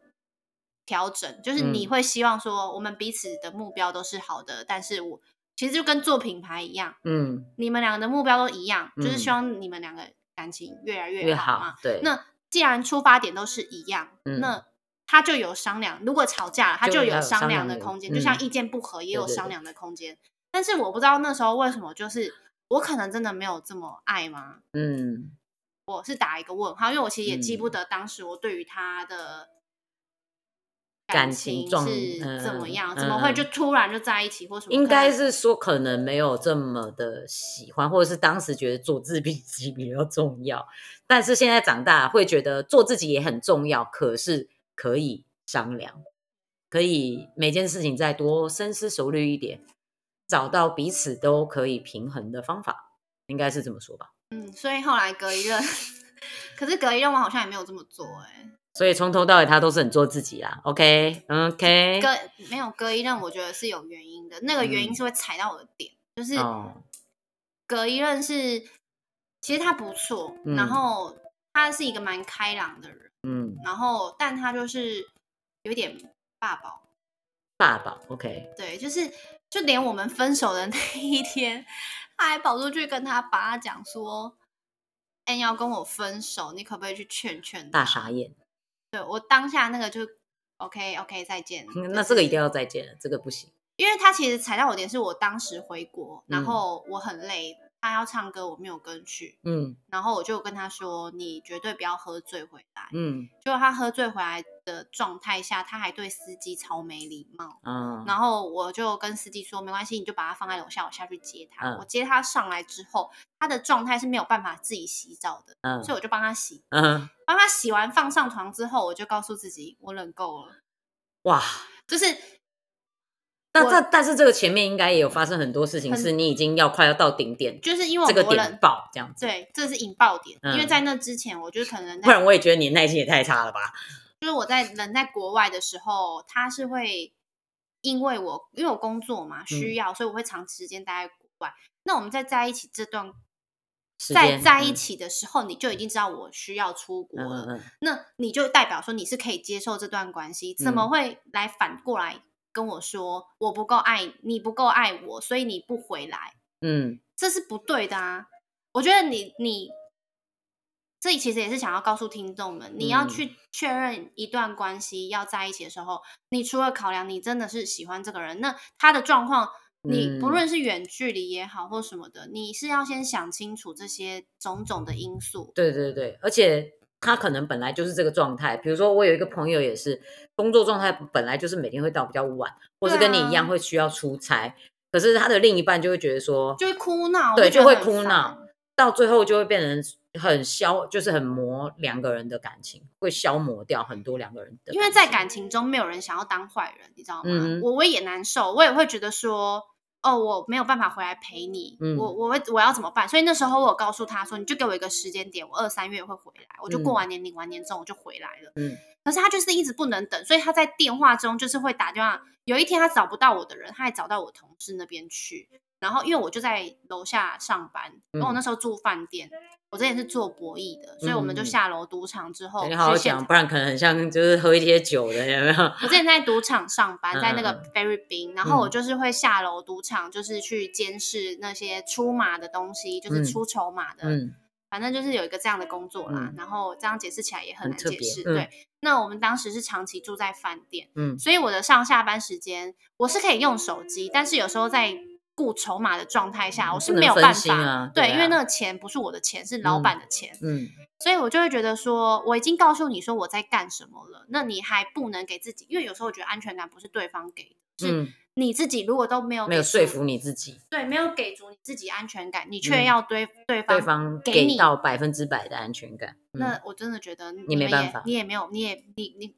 A: 调整，就是你
B: 嗯
A: 会希望说我们彼此的目标都是好的，但是我其实就跟做品牌一样，
B: 嗯
A: 你们两个的目标都一样，就是希
B: 嗯
A: 望你们两个感情越来
B: 越
A: 越好嘛
B: 好。对，
A: 那既然出发点都是一样，
B: 嗯
A: 那他就有商量。如果吵架了，他
B: 就
A: 就
B: 要有
A: 有商
B: 商
A: 量
B: 量
A: 的
B: 的
A: 空间，
B: 嗯
A: 就像意见不合也有
B: 对对
A: 商
B: 对
A: 量的空间。但是我不知道那时候为什么，就是我可能真的没有这么爱吗？
B: 嗯
A: 我是打一个问号，因为我其实也记
B: 嗯
A: 不得当时我对于他的
B: 感
A: 情
B: 情状
A: 是怎么样？
B: 嗯
A: 怎么会
B: 嗯
A: 就突然就在一起或什么？
B: 应
A: 可能
B: 该是说可能没有这么的喜欢，或者是当时觉得做自己比自己比较重要，但是现在长大会觉得做自己也很重要，可是可以商量，可以每件事情再多深思熟虑一点，找到彼此都可以平衡的方法，应该是这么说吧。
A: 嗯，所以后来隔一任， [laughs] 可是隔一任我好像也没有这么做哎、
B: 所以从头到尾他都是很做自己啦，OK，OK，、
A: 隔没有隔一任，我觉得是有原因的，那个原因
B: 嗯
A: 是会踩到我的点，就是
B: 哦，
A: 隔一任是其实他不错，
B: 嗯
A: 然后他是一个蛮开朗的人，
B: 嗯，
A: 然后但他就是有点霸宝，
B: 爸爸，OK，
A: 对，就是就连我们分手的那一天，他还跑出去跟他爸讲说。哎，你要跟我分手，你可不可以去劝劝他？
B: 大傻眼，
A: 对我当下那个就 OK OK 再见。
B: [laughs] 那这个一定要再见了，这个不行，
A: 因为他其实踩到我点是我当时回国，然
B: 嗯
A: 后我很累，他要唱歌我没有跟去，
B: 嗯
A: 然后我就跟他说你绝对不要喝醉回来。
B: 嗯
A: 结果他喝醉回来的状态下，他还对司机超没礼貌。
B: 啊，
A: 然后我就跟司机说，没关系，你就把他放在楼下，我下去接他。
B: 嗯
A: 我接他上来之后，他的状态是没有办法自己洗澡的，
B: 嗯
A: 所以我就帮他洗。
B: 嗯，
A: 帮他洗完放上床之后，我就告诉自己，我忍够了，
B: 哇！
A: 就是
B: 但
A: 我
B: 但但是这个前面应该也有发生很多事情，
A: 很
B: 是你已经要快要到顶点，
A: 就是因为我
B: 这个
A: 们
B: 点
A: 忍
B: 爆这样子，
A: 对，这是引爆点，因为
B: 嗯
A: 在那之前，我就可能
B: 不
A: 在，
B: 然我也觉得你的耐心也太差了吧？
A: 就是我在人在国外的时候，他是会因为我因为我工作嘛
B: 嗯
A: 需要，所以我会长时间待在国外。那我们在在一起这段
B: 时
A: 在
B: 间
A: 在一，起的时候，你就已经知道我需要出国
B: 嗯嗯
A: 了，
B: 嗯
A: 那你就代表说你是可以接受这段关系，怎么
B: 嗯
A: 会来反过来跟我说我不够爱你，不够爱我，所以你不回来？
B: 嗯
A: 这是不对的啊！我觉得你你这里其实也是想要告诉听众们，你要
B: 嗯
A: 去确认一段关系要在一起的时候，你除了考量你真的是喜欢这个人，那他的状况，你不
B: 嗯
A: 论是远距离也好或什么的，你是要先想清楚这些种种的因素。
B: 对对对，而且他可能本来就是这个状态。比如说，我有一个朋友也是工作状态本来就是每天会到比较晚，或是
A: 对啊
B: 跟你一样会需要出差，可是他的另一半就会觉得说，
A: 就会哭闹，
B: 对，
A: 我
B: 就
A: 觉
B: 会
A: 得很
B: 哭
A: 烦
B: 闹，，到最后就会变成很消，就是很磨两个人的感情，会消磨掉很多两个人的情，
A: 因为在感情中没有人想要当坏人，你知道吗？
B: 嗯哼
A: 我我也难受，我也会觉得说，哦，我没有办法回来陪你，
B: 嗯
A: 我我会我要怎么办？所以那时候我有告诉他说，你就给我一个时间点，我二三月会回来，我就过
B: 嗯
A: 完年领完年终我就回来了。
B: 嗯
A: 可是他就是一直不能等，所以他在电话中就是会打电话。有一天他找不到我的人，他还找到我同事那边去。然后因为我就在楼下上班，然后我
B: 嗯
A: 那时候住饭店，我之前是做博弈的，所以我们就
B: 嗯哎
A: 下楼赌场之后，
B: 你好好
A: 哦去现
B: 讲，不然可能很像就是喝一些酒的，有没有？
A: 我之前在赌场上班，
B: 嗯
A: 在那个
B: 嗯
A: Ferry Bin，然后我
B: 嗯
A: 就是会下楼赌场，就是去监视那些出马的东西，就是
B: 嗯
A: 出筹码的，
B: [laughs] 嗯
A: 反正就是有一个这样的工作啦。
B: 嗯
A: 然后这样解释起来也很
B: 很
A: 难
B: 特
A: 解
B: 别
A: 释。
B: 嗯
A: 对，那我们当时是长期住在饭店，
B: 嗯
A: 所以我的上下班时间我是可以用手机，但是有时候在顾筹码的状态下，我是
B: 嗯不
A: 没
B: 能
A: 有
B: 分
A: 办
B: 心
A: 法。
B: 啊
A: 对，
B: 对
A: 因为
B: 啊
A: 那个钱不是我的钱，是老
B: 嗯
A: 板的钱。
B: 嗯
A: 所以我就会觉得说，我已经告诉你说我在干什么了，那你还不能给自己，因为有时候我觉得安全感不是对方给的，是
B: 嗯，
A: 你自己如果都没有
B: 没有
A: 给足，
B: 说服你自己，
A: 对，没有给足你自己安全感，你却
B: 嗯
A: 要对对方，
B: 对方
A: 给
B: 给
A: 你
B: 到百分之百的安全感。嗯
A: 那我真的觉得
B: 没
A: 们
B: 办
A: 也
B: 法
A: 你也没有，你也你你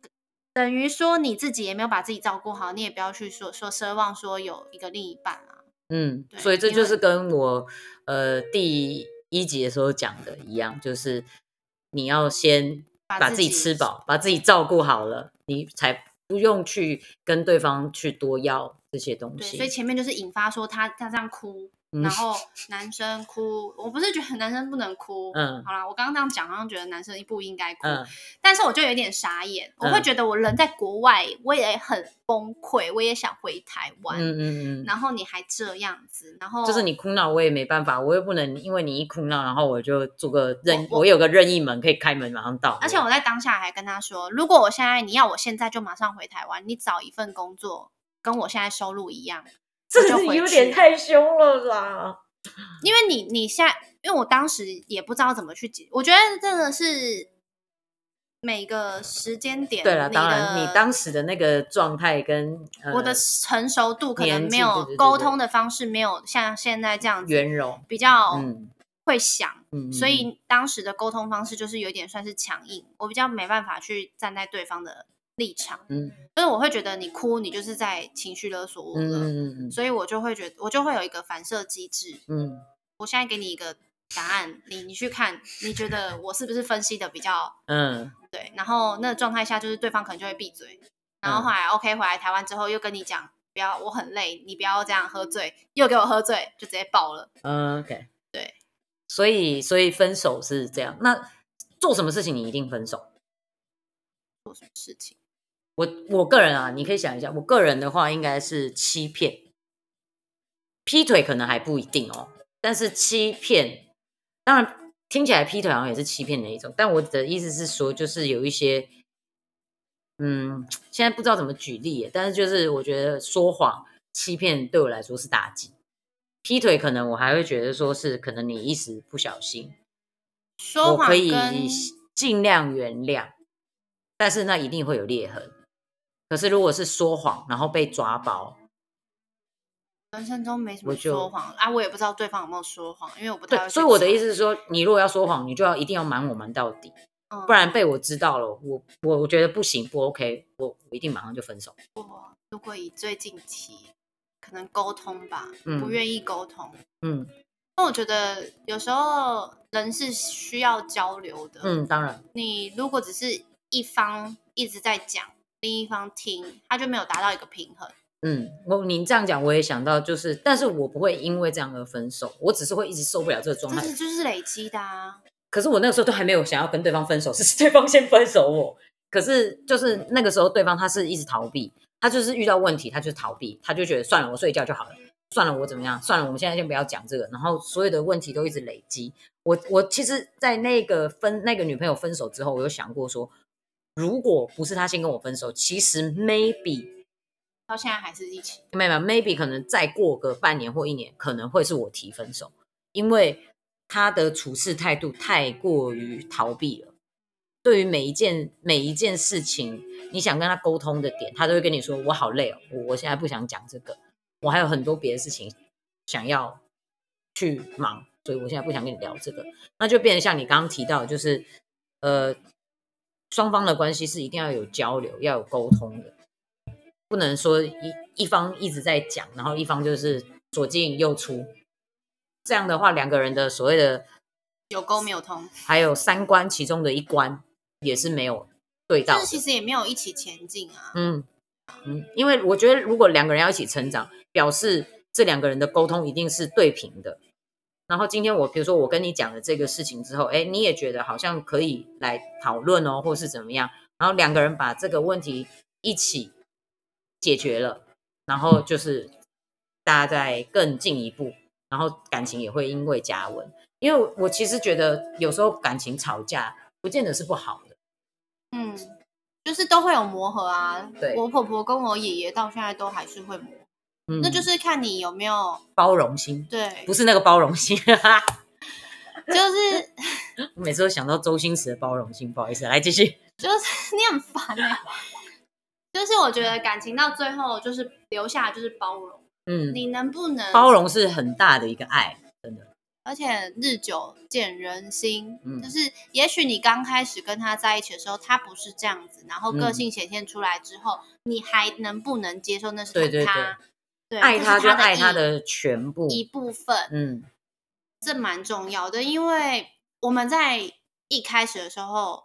A: 等于说你自己也没有把自己照顾好，你也不要去说说奢望说有一个另一半啊，
B: 嗯，
A: 对
B: 所以这
A: 因
B: 就
A: 为
B: 是跟我呃第一集的时候讲的一样，就是你要先
A: 把
B: 把
A: 自
B: 自己
A: 己
B: 吃饱，把自己照顾好了，你才不用去跟对方去多要这些东
A: 对，
B: 西。
A: 所以前面就是引发说他他这样哭，
B: 嗯
A: 然后男生哭，我不是觉得男生不能哭，
B: 嗯
A: 好啦，我刚刚这样讲好像觉得男生不应该哭，
B: 嗯
A: 但是我就有点傻眼，我会
B: 嗯
A: 觉得我人在国外，我也很崩溃，我也想回台湾，
B: 嗯嗯嗯，
A: 然后你还这样子，然后
B: 就是你哭闹，我也没办法，我又不能因为你一哭闹，然后我就做个任，
A: 我
B: 我有个任意门可以开门马上到。
A: 而且我在当下还跟他说，如果我现在你要我现在就马上回台湾，你找一份工作跟我现在收入一样，
B: 这
A: 我就
B: 个
A: 回
B: 有点
A: 去
B: 太凶了啦。
A: 因为你你现在，因为我当时也不知道怎么去解，我觉得真的是每个时间点，
B: 对了，当然
A: 的
B: 你当时的那个状态跟、呃、
A: 我的成熟度可
B: 年
A: 能
B: 纪
A: 没
B: 对
A: 有
B: 对对
A: 沟
B: 对
A: 通的方式没有像现在这样子
B: 圆融，
A: 比较
B: 嗯
A: 会想，
B: 嗯，
A: 哦所以当时的沟通方式就是有点算是强硬，我比较没办法去站在对方的立场，
B: 嗯
A: 就是我会觉得你哭你就是在情绪勒索我
B: 嗯
A: 了，
B: 嗯嗯
A: 所以我就会觉得我就会有一个反射机制，
B: 嗯
A: 我现在给你一个答案，你你去看，你觉得我是不是分析的比较
B: 嗯
A: 对，然后那个状态下就是对方可能就会闭嘴，然
B: 嗯
A: 后后来 OK 回来台湾之后又跟你讲不要，我很累，你不要这样喝醉，又给我喝醉就直接爆了。
B: 嗯，OK，
A: 对，
B: 所以所以分手是这样，那做什么事情你一定分手？
A: 做什么事情？
B: 我我个人啊，你可以想一下，我个人的话应该是欺骗，劈腿可能还不一定哦，但是欺骗，当然听起来劈腿好像也是欺骗的一种，但我的意思是说，就是有一些，嗯，现在不知道怎么举例耶，但是就是我觉得说谎、欺骗对我来说是打击，劈腿可能我还会觉得说是可能你一时不小心，
A: 说
B: 我
A: 谎
B: 可以
A: 跟
B: 尽量原谅，但是那一定会有裂痕。可是如果是说谎，然后被抓包，
A: 人生中没什
B: 我
A: 么
B: 就
A: 说谎啊，我也不知道对方有没有说谎，因为我不太
B: 对，
A: 会
B: 所以
A: 去
B: 我的
A: 查
B: 意思是说，你如果要说谎，你就要一定要瞒我瞒到底，
A: 嗯
B: 不然被我知道了，我我我觉得不行，不 OK，我我一定马上就分手。
A: 我如果以最近期可能沟通吧，
B: 嗯
A: 不愿意沟通，
B: 嗯
A: 那我觉得有时候人是需要交流的，
B: 嗯，当然，
A: 你如果只是一方一直在讲，另一方听，他就没有达到一个平衡。
B: 嗯，我你这样讲我也想到，就是，但是我不会因为这样而分手，我只是会一直受不了这个状
A: 这
B: 态
A: 是。就是累积的啊，
B: 可是我那个时候都还没有想要跟对方分手，是 [laughs] 对方先分手我。可是就是那个时候，对方他是一直逃避，他就是遇到问题他就逃避，他就觉得算了，我睡觉就好了，算了，我怎么样，算了，我们现在先不要讲这个。然后所有的问题都一直累积。我我其实，在那个分那个女朋友分手之后，我有想过说，如果不是他先跟我分手，其实 maybe
A: 到现在还是一起。
B: 没有没有 maybe 可能再过个半年或一年，可能会是我提分手，因为他的处事态度太过于逃避了。对于每一件每一件事情，你想跟他沟通的点，他都会跟你说：“我好累哦，我我现在不想讲这个，我还有很多别的事情想要去忙，所以我现在不想跟你聊这个。”那就变得像你刚刚提到的，就是呃，双方的关系是一定要有交流，要有沟通的，不能说一一方一直在讲，然后一方就是左进右出，这样的话，两个人的所谓的
A: 有沟没有通，
B: 还有三观其中的一关也是没有对到
A: 但
B: 的
A: 是。其实也没有一起前进啊。
B: 嗯嗯，因为我觉得如果两个人要一起成长，表示这两个人的沟通一定是对平的。然后今天我比如说我跟你讲了这个事情之后，哎，你也觉得好像可以来讨论哦，或是怎么样，然后两个人把这个问题一起解决了，然后就是大家再更进一步，然后感情也会因为加温。因为我我其实觉得有时候感情吵架不见得是不好的，
A: 嗯，就是都会有磨合啊。
B: 对
A: 我婆婆跟我爷爷到现在都还是会磨，
B: 嗯，
A: 那就是看你有没有
B: 包容心，
A: 对
B: 不，是那个包容心。
A: 就是
B: [laughs]
A: [laughs]
B: 我每次都想到周星驰的包容性，不好意思，来继续。
A: 就是你很烦哎、就是我觉得感情到最后就是留下来就是包容，
B: 嗯，
A: 你能不能
B: 包容是很大的一个爱，真的。
A: 而且日久见人心，
B: 嗯
A: 就是也许你刚开始跟他在一起的时候，他不是这样子，然后个
B: 嗯
A: 性显现出来之后，你还能不能接受那是他？
B: 对对
A: 对
B: 爱
A: 这
B: 他
A: 是
B: 就
A: 他的
B: 爱
A: 一
B: 他的全部。
A: 一部分，
B: 嗯
A: 这蛮重要的，因为我们在一开始的时候。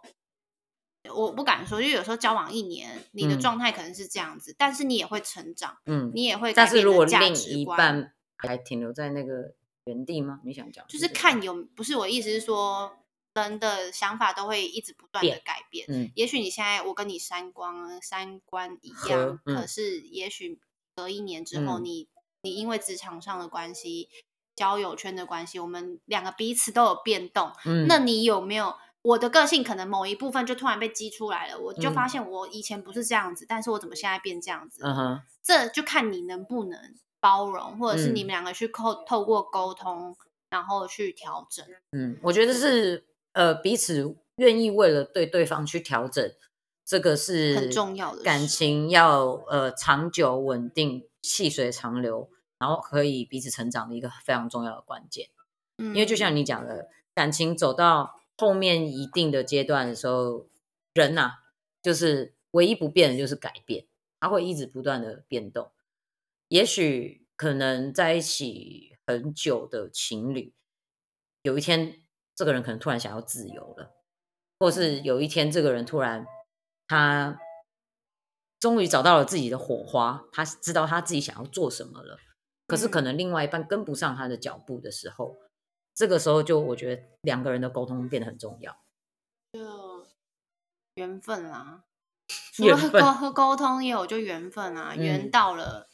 A: 我不敢说，因为有时候交往一年，你的
B: 嗯
A: 状态可能是这样子，但是你也会成长，
B: 嗯，
A: 你也会改
B: 但是
A: 变
B: 如
A: 你
B: 果
A: 的价
B: 另
A: 值
B: 一
A: 观。
B: 半还停留在那个原地吗？你想讲？嗯
A: 就是看有，不是我意思是说，人的想法都会一直不断的
B: 变
A: 改变。
B: 嗯
A: 也许你现在我跟你三观三观一样
B: 合，嗯
A: 可是也许隔一年之后
B: 嗯
A: 你，你因为职场上的关系、交友圈的关系，我们两个彼此都有变动。
B: 嗯，
A: 那你有没有？我的个性可能某一部分就突然被激出来了，我就发现我以前不是这样子，但是我怎么现在变这样子？
B: 嗯哼，
A: 这就看你能不能包容，或者是
B: 嗯
A: 你们两个去透透过沟通，然后去调整。
B: 嗯，我觉得是呃彼此愿意为了对对方去调整，这个是
A: 很重要的事
B: 感情要呃长久稳定、细水长流，然后可以彼此成长的一个非常重要的关键。
A: 因
B: 因为就像你讲的，感情走到后面一定的阶段的时候，人呐、就是唯一不变的就是改变，他会一直不断的变动。也许可能在一起很久的情侣，有一天这个人可能突然想要自由了，或是有一天这个人突然他终于找到了自己的火花，他知道他自己想要做什么了。可是可
A: 嗯
B: 能另外一半跟不上他的脚步的时候，这个时候就我觉得两个人的沟通变得很重要。
A: 就缘分啦。除
B: 缘
A: 了
B: 分
A: 沟沟通也有就缘分啊，缘
B: 嗯
A: 到了，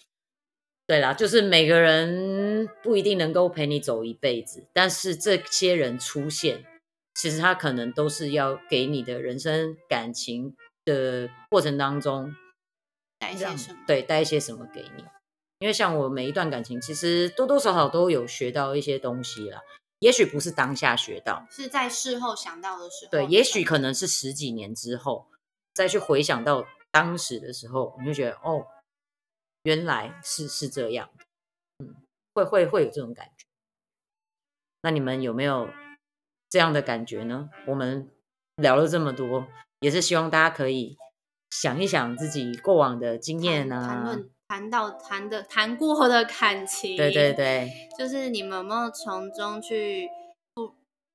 B: 对啦，就是每个人不一定能够陪你走一辈子，但是这些人出现，其实他可能都是要给你的人生感情的过程当中
A: 带一些
B: 让
A: 什么？
B: 对带一些什么给你。因为像我每一段感情，其实多多少少都有学到一些东西啦，也许不是当下学到，
A: 是在事后想到的时候，
B: 对，也许可能是十几年之后再去回想到当时的时候，你就觉得哦，原来是是这样的，嗯，会会会有这种感觉。那你们有没有这样的感觉呢？我们聊了这么多，也是希望大家可以想一想自己过往的经验
A: 谈谈
B: 啊，
A: 论谈到谈的谈过的感情，
B: 对对对，
A: 就是你们有没有从中去不？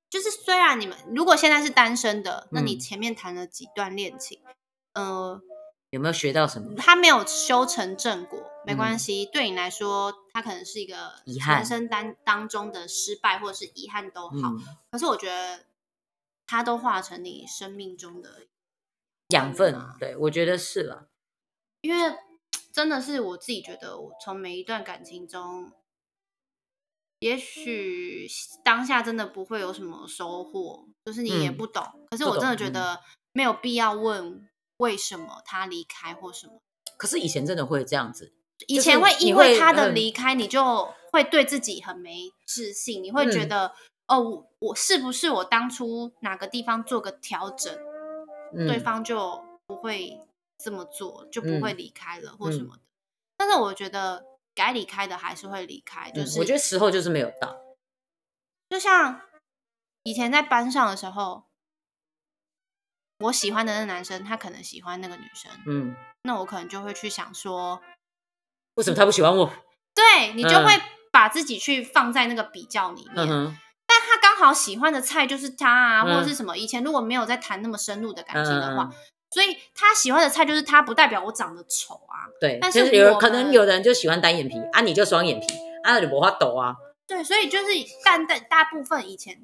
A: 就是虽然你们如果现在是单身的，那你
B: 嗯
A: 前面谈了几段恋情，呃，
B: 有没有学到什么？
A: 他没有修成正果，没关
B: 嗯
A: 系，对你来说，他可能是一个
B: 遗憾
A: 人生当当中的失败或者是遗憾都好，
B: 嗯，
A: 可是我觉得他都化成你生命中的
B: 养分
A: 啊，
B: 对我觉得是了，
A: 因为真的是我自己觉得，我从每一段感情中，也许当下真的不会有什么收获，就是你也
B: 嗯
A: 不懂。可是
B: 不
A: 我真
B: 懂
A: 的觉
B: 嗯
A: 得没有必要问为什么他离开或什么。
B: 可是以前真的会这样子，
A: 以
B: 就是
A: 前会
B: 你
A: 因为
B: 会嗯
A: 他的
B: 很
A: 离开，你就会对自己很没自信，你会觉
B: 嗯
A: 得、哦，我我是不是我当初哪个地方做个调整，
B: 嗯、
A: 对方就不会这么做，就不会
B: 嗯
A: 离开了或什
B: 嗯
A: 么的。但是我觉得该离开的还是会离开，就
B: 嗯
A: 是、
B: 我觉得时候就是没有到，
A: 就像以前在班上的时候，我喜欢的那个男生，他可能喜欢那个女生，
B: 嗯，
A: 那我可能就会去想说，
B: 为什么他不喜欢我？
A: 对你就
B: 嗯
A: 会把自己去放在那个比较里面。
B: 嗯哼，
A: 但他刚好喜欢的菜就是他啊，或者
B: 嗯
A: 是什么？以前如果没有在谈那么深入的感情的
B: 嗯
A: 话，，所以他喜欢的菜就是他，不代表我长得丑啊。
B: 对，
A: 但
B: 就是有人
A: 我
B: 可能
A: 们
B: 有的人就喜欢单眼皮啊，你就双眼皮啊，你无法抖啊，
A: 对，所以就是，但但大部分以前，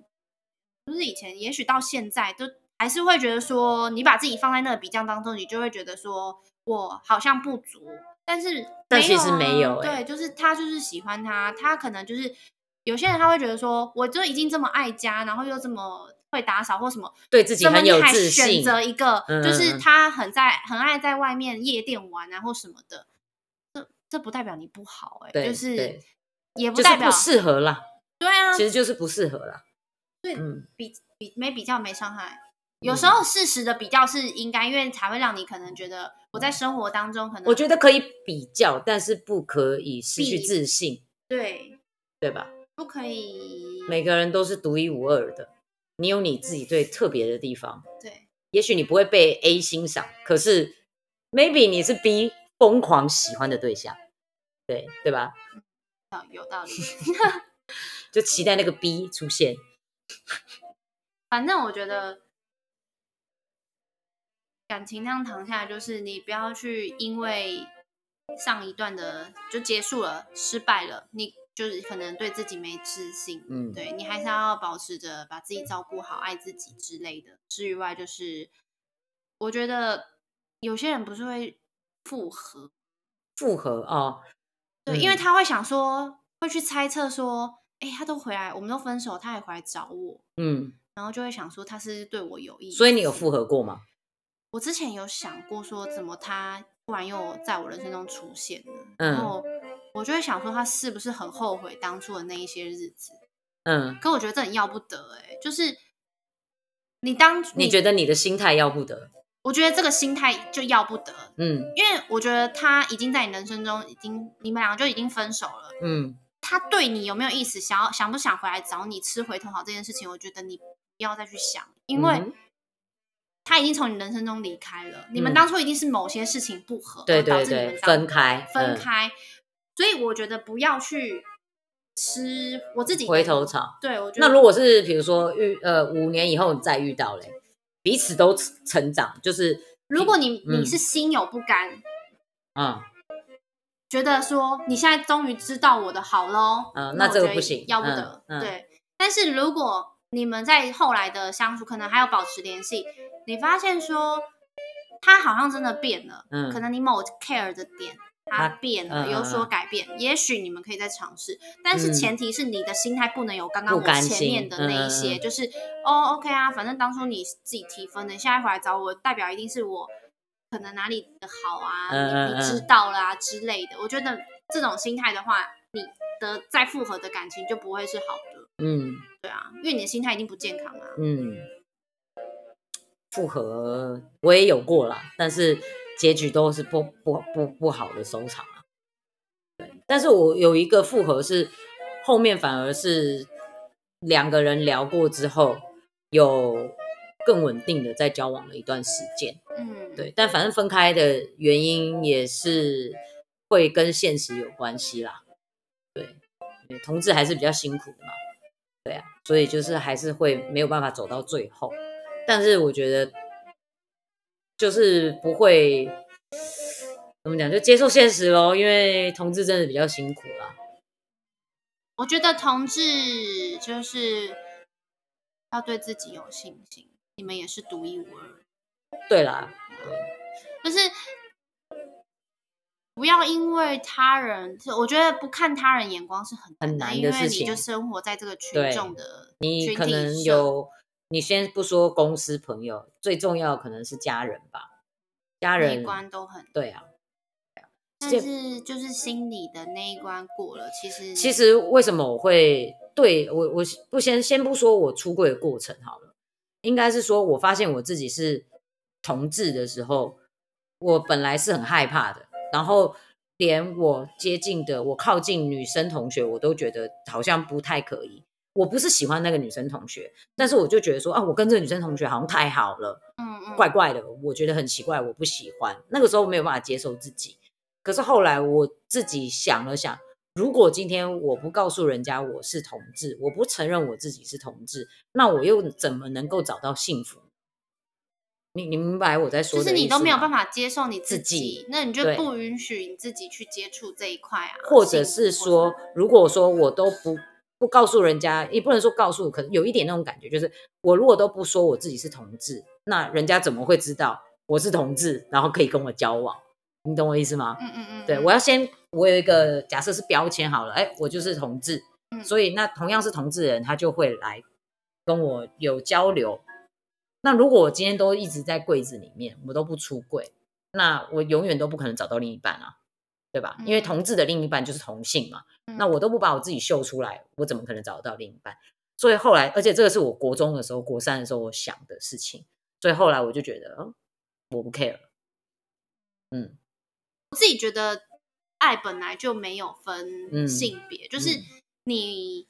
A: 不是以前，也许到现在都还是会觉得说，你把自己放在那个比较当中，你就会觉得说我好像不足，但是
B: 但
A: 没
B: 其
A: 有
B: 实没
A: 啊
B: 有欸
A: 对，就是他就是喜欢他，他可能就是有些人他会觉得说，我就已经这么爱家，然后又这么会打扫或什么，
B: 对自己
A: 怎么
B: 很
A: 你
B: 有
A: 还
B: 自
A: 选
B: 信，
A: 择一个，就
B: 嗯嗯
A: 是
B: 嗯
A: 他很在很爱在外面夜店玩啊或什么的，这这不代表你不好哎、
B: 对
A: 就是
B: 对。
A: 也不
B: 就
A: 代
B: 是
A: 表
B: 不适合啦，
A: 对啊，
B: 其实就是不适合啦，
A: 对
B: 嗯，
A: 比比没比较没伤害。有时候适时的比较是应该，因为才会让你可能觉得我在生活当中可能
B: 我觉得可以比较，但是不可以失去
A: 嗯比
B: 自信，
A: 对
B: 对吧？
A: 不可以
B: 每个人都是独一无二的，你有你自己最特别的地方，
A: 对
B: 也许你不会被 A 欣赏，可是 maybe 你是 B 疯狂喜欢的对象，对对吧？
A: 道有道理。
B: 就期待那个 B 出现。
A: 反正我觉得感情那样躺下来，就是你不要去因为上一段的就结束了、失败了，你就是可能对自己没自信，
B: 嗯，
A: 对你还是要保持着把自己照顾好、爱自己之类的。至于外，就是我觉得有些人不是会复合，
B: 复合哦，
A: 对，因为
B: 嗯
A: 他会想说，会去猜测说，哎、他都回来，我们都分手，他还回来找我，
B: 嗯，
A: 然后就会想说他是对我有意思。
B: 所以你有复合过吗？
A: 我之前有想过说，怎么他突然又在我人生中出现了，
B: 嗯
A: 然后我就会想说，他是不是很后悔当初的那一些日子？
B: 嗯
A: 可我觉得这很要不得哎、就是欸你当
B: 你觉得你的心态要不得，
A: 我觉得这个心态就要不得，
B: 嗯
A: 因为我觉得他已经在你人生中已经你们两个就已经分手了，
B: 嗯，
A: 他对你有没有意思，想要想不想回来找你吃回头草这件事情，我觉得你不要再去想，因为
B: 嗯
A: 他已经从你人生中离开了，你
B: 嗯
A: 们当初一定是某些事情不合，
B: 对
A: 而导
B: 对
A: 致你们
B: 对，
A: 当
B: 分开
A: 分
B: 嗯
A: 开，所以我觉得不要去吃我自己
B: 回头，草。
A: 对我觉得
B: 那如果是比如说遇呃五年以后你再遇到嘞，彼此都成长，就是
A: 如果你
B: 嗯
A: 你是心有不甘，
B: 啊
A: 觉得说你现在终于知道我的好喽，
B: 嗯那
A: 那
B: 这个
A: 我觉得
B: 不行
A: 要不
B: 嗯
A: 得。
B: 嗯
A: 对，但是如果你们在后来的相处，可能还有保持联系，你发现说他好像真的变了，
B: 嗯
A: 可能你某 care 的点
B: 他
A: 他变了，
B: 嗯嗯
A: 有所
B: 嗯
A: 改变，也许你们可以再尝试，但是
B: 嗯
A: 前提是你的心态不能有刚刚
B: 不
A: 我
B: 甘
A: 前
B: 心
A: 面的那
B: 嗯嗯
A: 一些，
B: 嗯
A: 就是哦 OK 啊，反正当初你自己提分的，你现在回来找我，代表一定是我。可能哪里的好啊，
B: 嗯嗯
A: 你你知
B: 嗯
A: 道啦、之类的。我觉得这种心态的话，你的再复合的感情就不会是好的，
B: 嗯
A: 对啊，因为你的心态一定不健康啊。
B: 嗯，复合我也有过啦，但是结局都是不不不不好的收场啊。对，但是我有一个复合是后面反而是两个人聊过之后，有更稳定的在交往了一段时间。
A: 嗯，，
B: 对，但反正分开的原因也是会跟现实有关系啦。对，对同志还是比较辛苦的嘛。对啊，所以就是还是会没有办法走到最后。但是我觉得就是不会怎么讲，就接受现实咯，因为同志真的比较辛苦啦。
A: 我觉得同志就是要对自己有信心，你们也是独一无二，
B: 对啦，
A: 就是。不要因为他人，我觉得不看他人眼光是很
B: 很
A: 难
B: 难
A: 的，
B: 的
A: 因为
B: 事
A: 你就
B: 情
A: 生活在这个群
B: 对
A: 众的
B: 你
A: 群
B: 可
A: 体
B: 能
A: 社
B: 有，你先不说公司朋友，最重要的可能是家人吧，家
A: 那一
B: 人
A: 关都很
B: 对啊。
A: 但
B: 这
A: 是就是心里的那一关过了，其实
B: 其实为什么我会对我我不先先不说我出柜的过程好了，应该是说我发现我自己是同志的时候，我本来是很害怕的，然后连我接近的我靠近女生同学，我都觉得好像不太可以。我不是喜欢那个女生同学，但是我就觉得说啊，我跟这个女生同学好像太好了，
A: 嗯嗯
B: 怪怪的，我觉得很奇怪，我不喜欢。那个时候没有办法接受自己，可是后来我自己想了想，如果今天我不告诉人家我是同志，我不承认我自己是同志，那我又怎么能够找到幸福？你你明白我在说
A: 就
B: 的
A: 是你都没有办
B: 法，
A: 法接受你自
B: 自己
A: 那你就
B: 对
A: 不允许你自己去接触这一块啊，
B: 或者
A: 性
B: 是
A: 或
B: 说，如果说我都不不告诉人家，也不能说告诉，可能有一点那种感觉，就是我如果都不说我自己是同志，那人家怎么会知道我是同志，然后可以跟我交往？你懂我意思吗？
A: 嗯嗯嗯，
B: 对，
A: 嗯
B: 我要先，我有一个假设是标签好了，哎，我就是同志，
A: 嗯
B: 所以那同样是同志人，他就会来跟我有交流。那如果我今天都一直在柜子里面，我都不出柜，那我永远都不可能找到另一半啊，对吧？因为
A: 嗯
B: 同志的另一半就是同性嘛，
A: 嗯
B: 那我都不把我自己秀出来，我怎么可能找得到另一半？所以后来，而且这个是我国中的时候、国三的时候我想的事情，所以后来我就觉得，嗯我不 care，嗯
A: 我自己觉得爱本来就没有分
B: 嗯
A: 性别，就是
B: 嗯
A: 你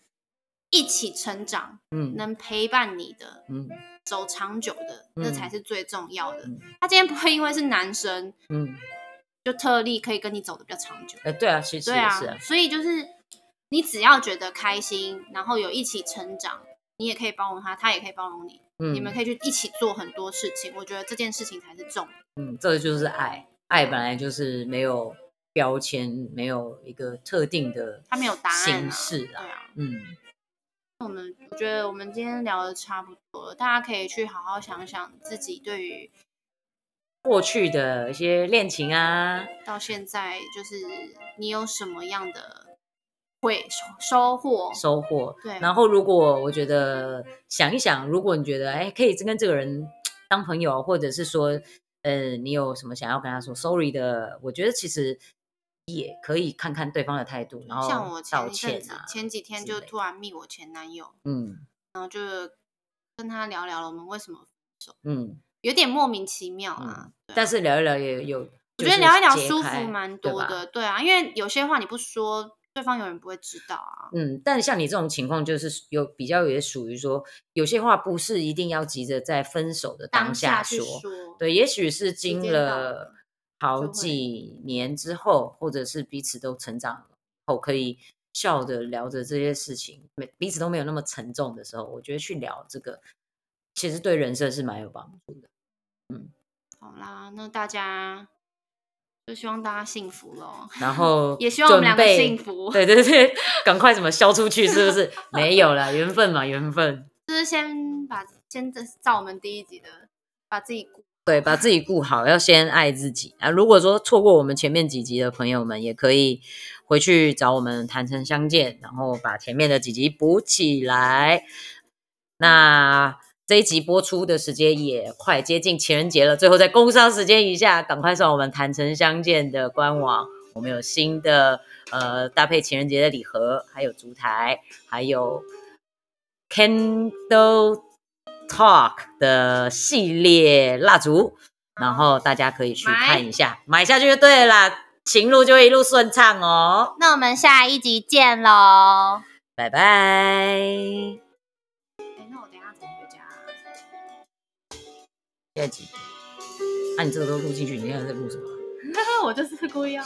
A: 一起成长，
B: 嗯
A: 能陪伴你的、
B: 嗯
A: 走长久的，那才
B: 嗯
A: 是最重要的
B: 嗯。
A: 他今天不会因为是男生
B: 嗯，
A: 就特例可以跟你走的比较长久。
B: 哎、对啊，其实
A: 对
B: 也
A: 啊，
B: 是啊，
A: 所以就是你只要觉得开心，然后有一起成长，你也可以包容他，他也可以包容你，
B: 嗯
A: 你们可以去一起做很多事情。我觉得这件事情才是重点。
B: 嗯，这就是爱，爱本来就是没有标签，没有一个特定的，
A: 他没有答案
B: 形
A: 啊，
B: 式
A: 对
B: 啊，
A: 啊。
B: 嗯
A: 那我们我觉得我们今天聊的差不多了，大家可以去好好想想自己对于
B: 过去的一些恋情啊，
A: 到现在就是你有什么样的会收收获。
B: 收获。
A: 对
B: 然后如果我觉得想一想，如果你觉得哎可以跟这个人当朋友，或者是说呃你有什么想要跟他说 sorry 的，我觉得其实也可以看看对方的态度，然后
A: 像我前
B: 道
A: 一阵
B: 歉
A: 子、
B: 啊，
A: 前几天
B: 之
A: 就
B: 类
A: 突然密我前男友，
B: 嗯
A: 然后就跟他聊聊了我们为什么
B: 嗯，
A: 有点莫名其妙啊。对啊
B: 但是聊一聊也有，
A: 我
B: 我
A: 觉得聊一聊舒
B: 舒
A: 服蛮多。
B: 对吧
A: 的，对啊，因为有些话你不说，对方永远不会知道啊。
B: 嗯，但像你这种情况，就是有比较也属于说，有些话不是一定要急着在分手的
A: 当
B: 下
A: 去
B: 说，
A: 说，
B: 对，也许是经
A: 间到
B: 了
A: 了
B: 好
A: 就会
B: 几年之后，或者是彼此都成长后，可以笑着聊着这些事情，没彼此都没有那么沉重的时候，我觉得去聊这个，其实对人生是蛮有帮助的。
A: 好啦，那大家就希望大家幸福喽，
B: 然后
A: 也希望我们
B: 准
A: 两个
B: 备
A: 幸福
B: 对对对，赶快怎么消出去，是不是？没有了，缘分嘛，缘分。
A: 就是先把先照我们第一集的，把自己顾
B: 对，把自己顾好，要先爱自己啊！如果说错过我们前面几集的朋友们，也可以回去找我们坦诚相见，然后把前面的几集补起来。那这一集播出的时间也快接近情人节了，最后在工商时间一下，赶快上我们坦诚相见的官网，我们有新的呃搭配情人节的礼盒，还有烛台，还有 Candle Talk 的系列蜡烛，然后大家可以去
A: 买
B: 看一下，买下去就对了啦，情路就会一路顺畅哦。
A: 那我们下一集见喽。
B: 拜拜。
A: 哎，那我等一下怎么回家、啊？
B: 第二集，啊，你这个都录进去，你现在在录什么？
A: [laughs] 我就是故意要。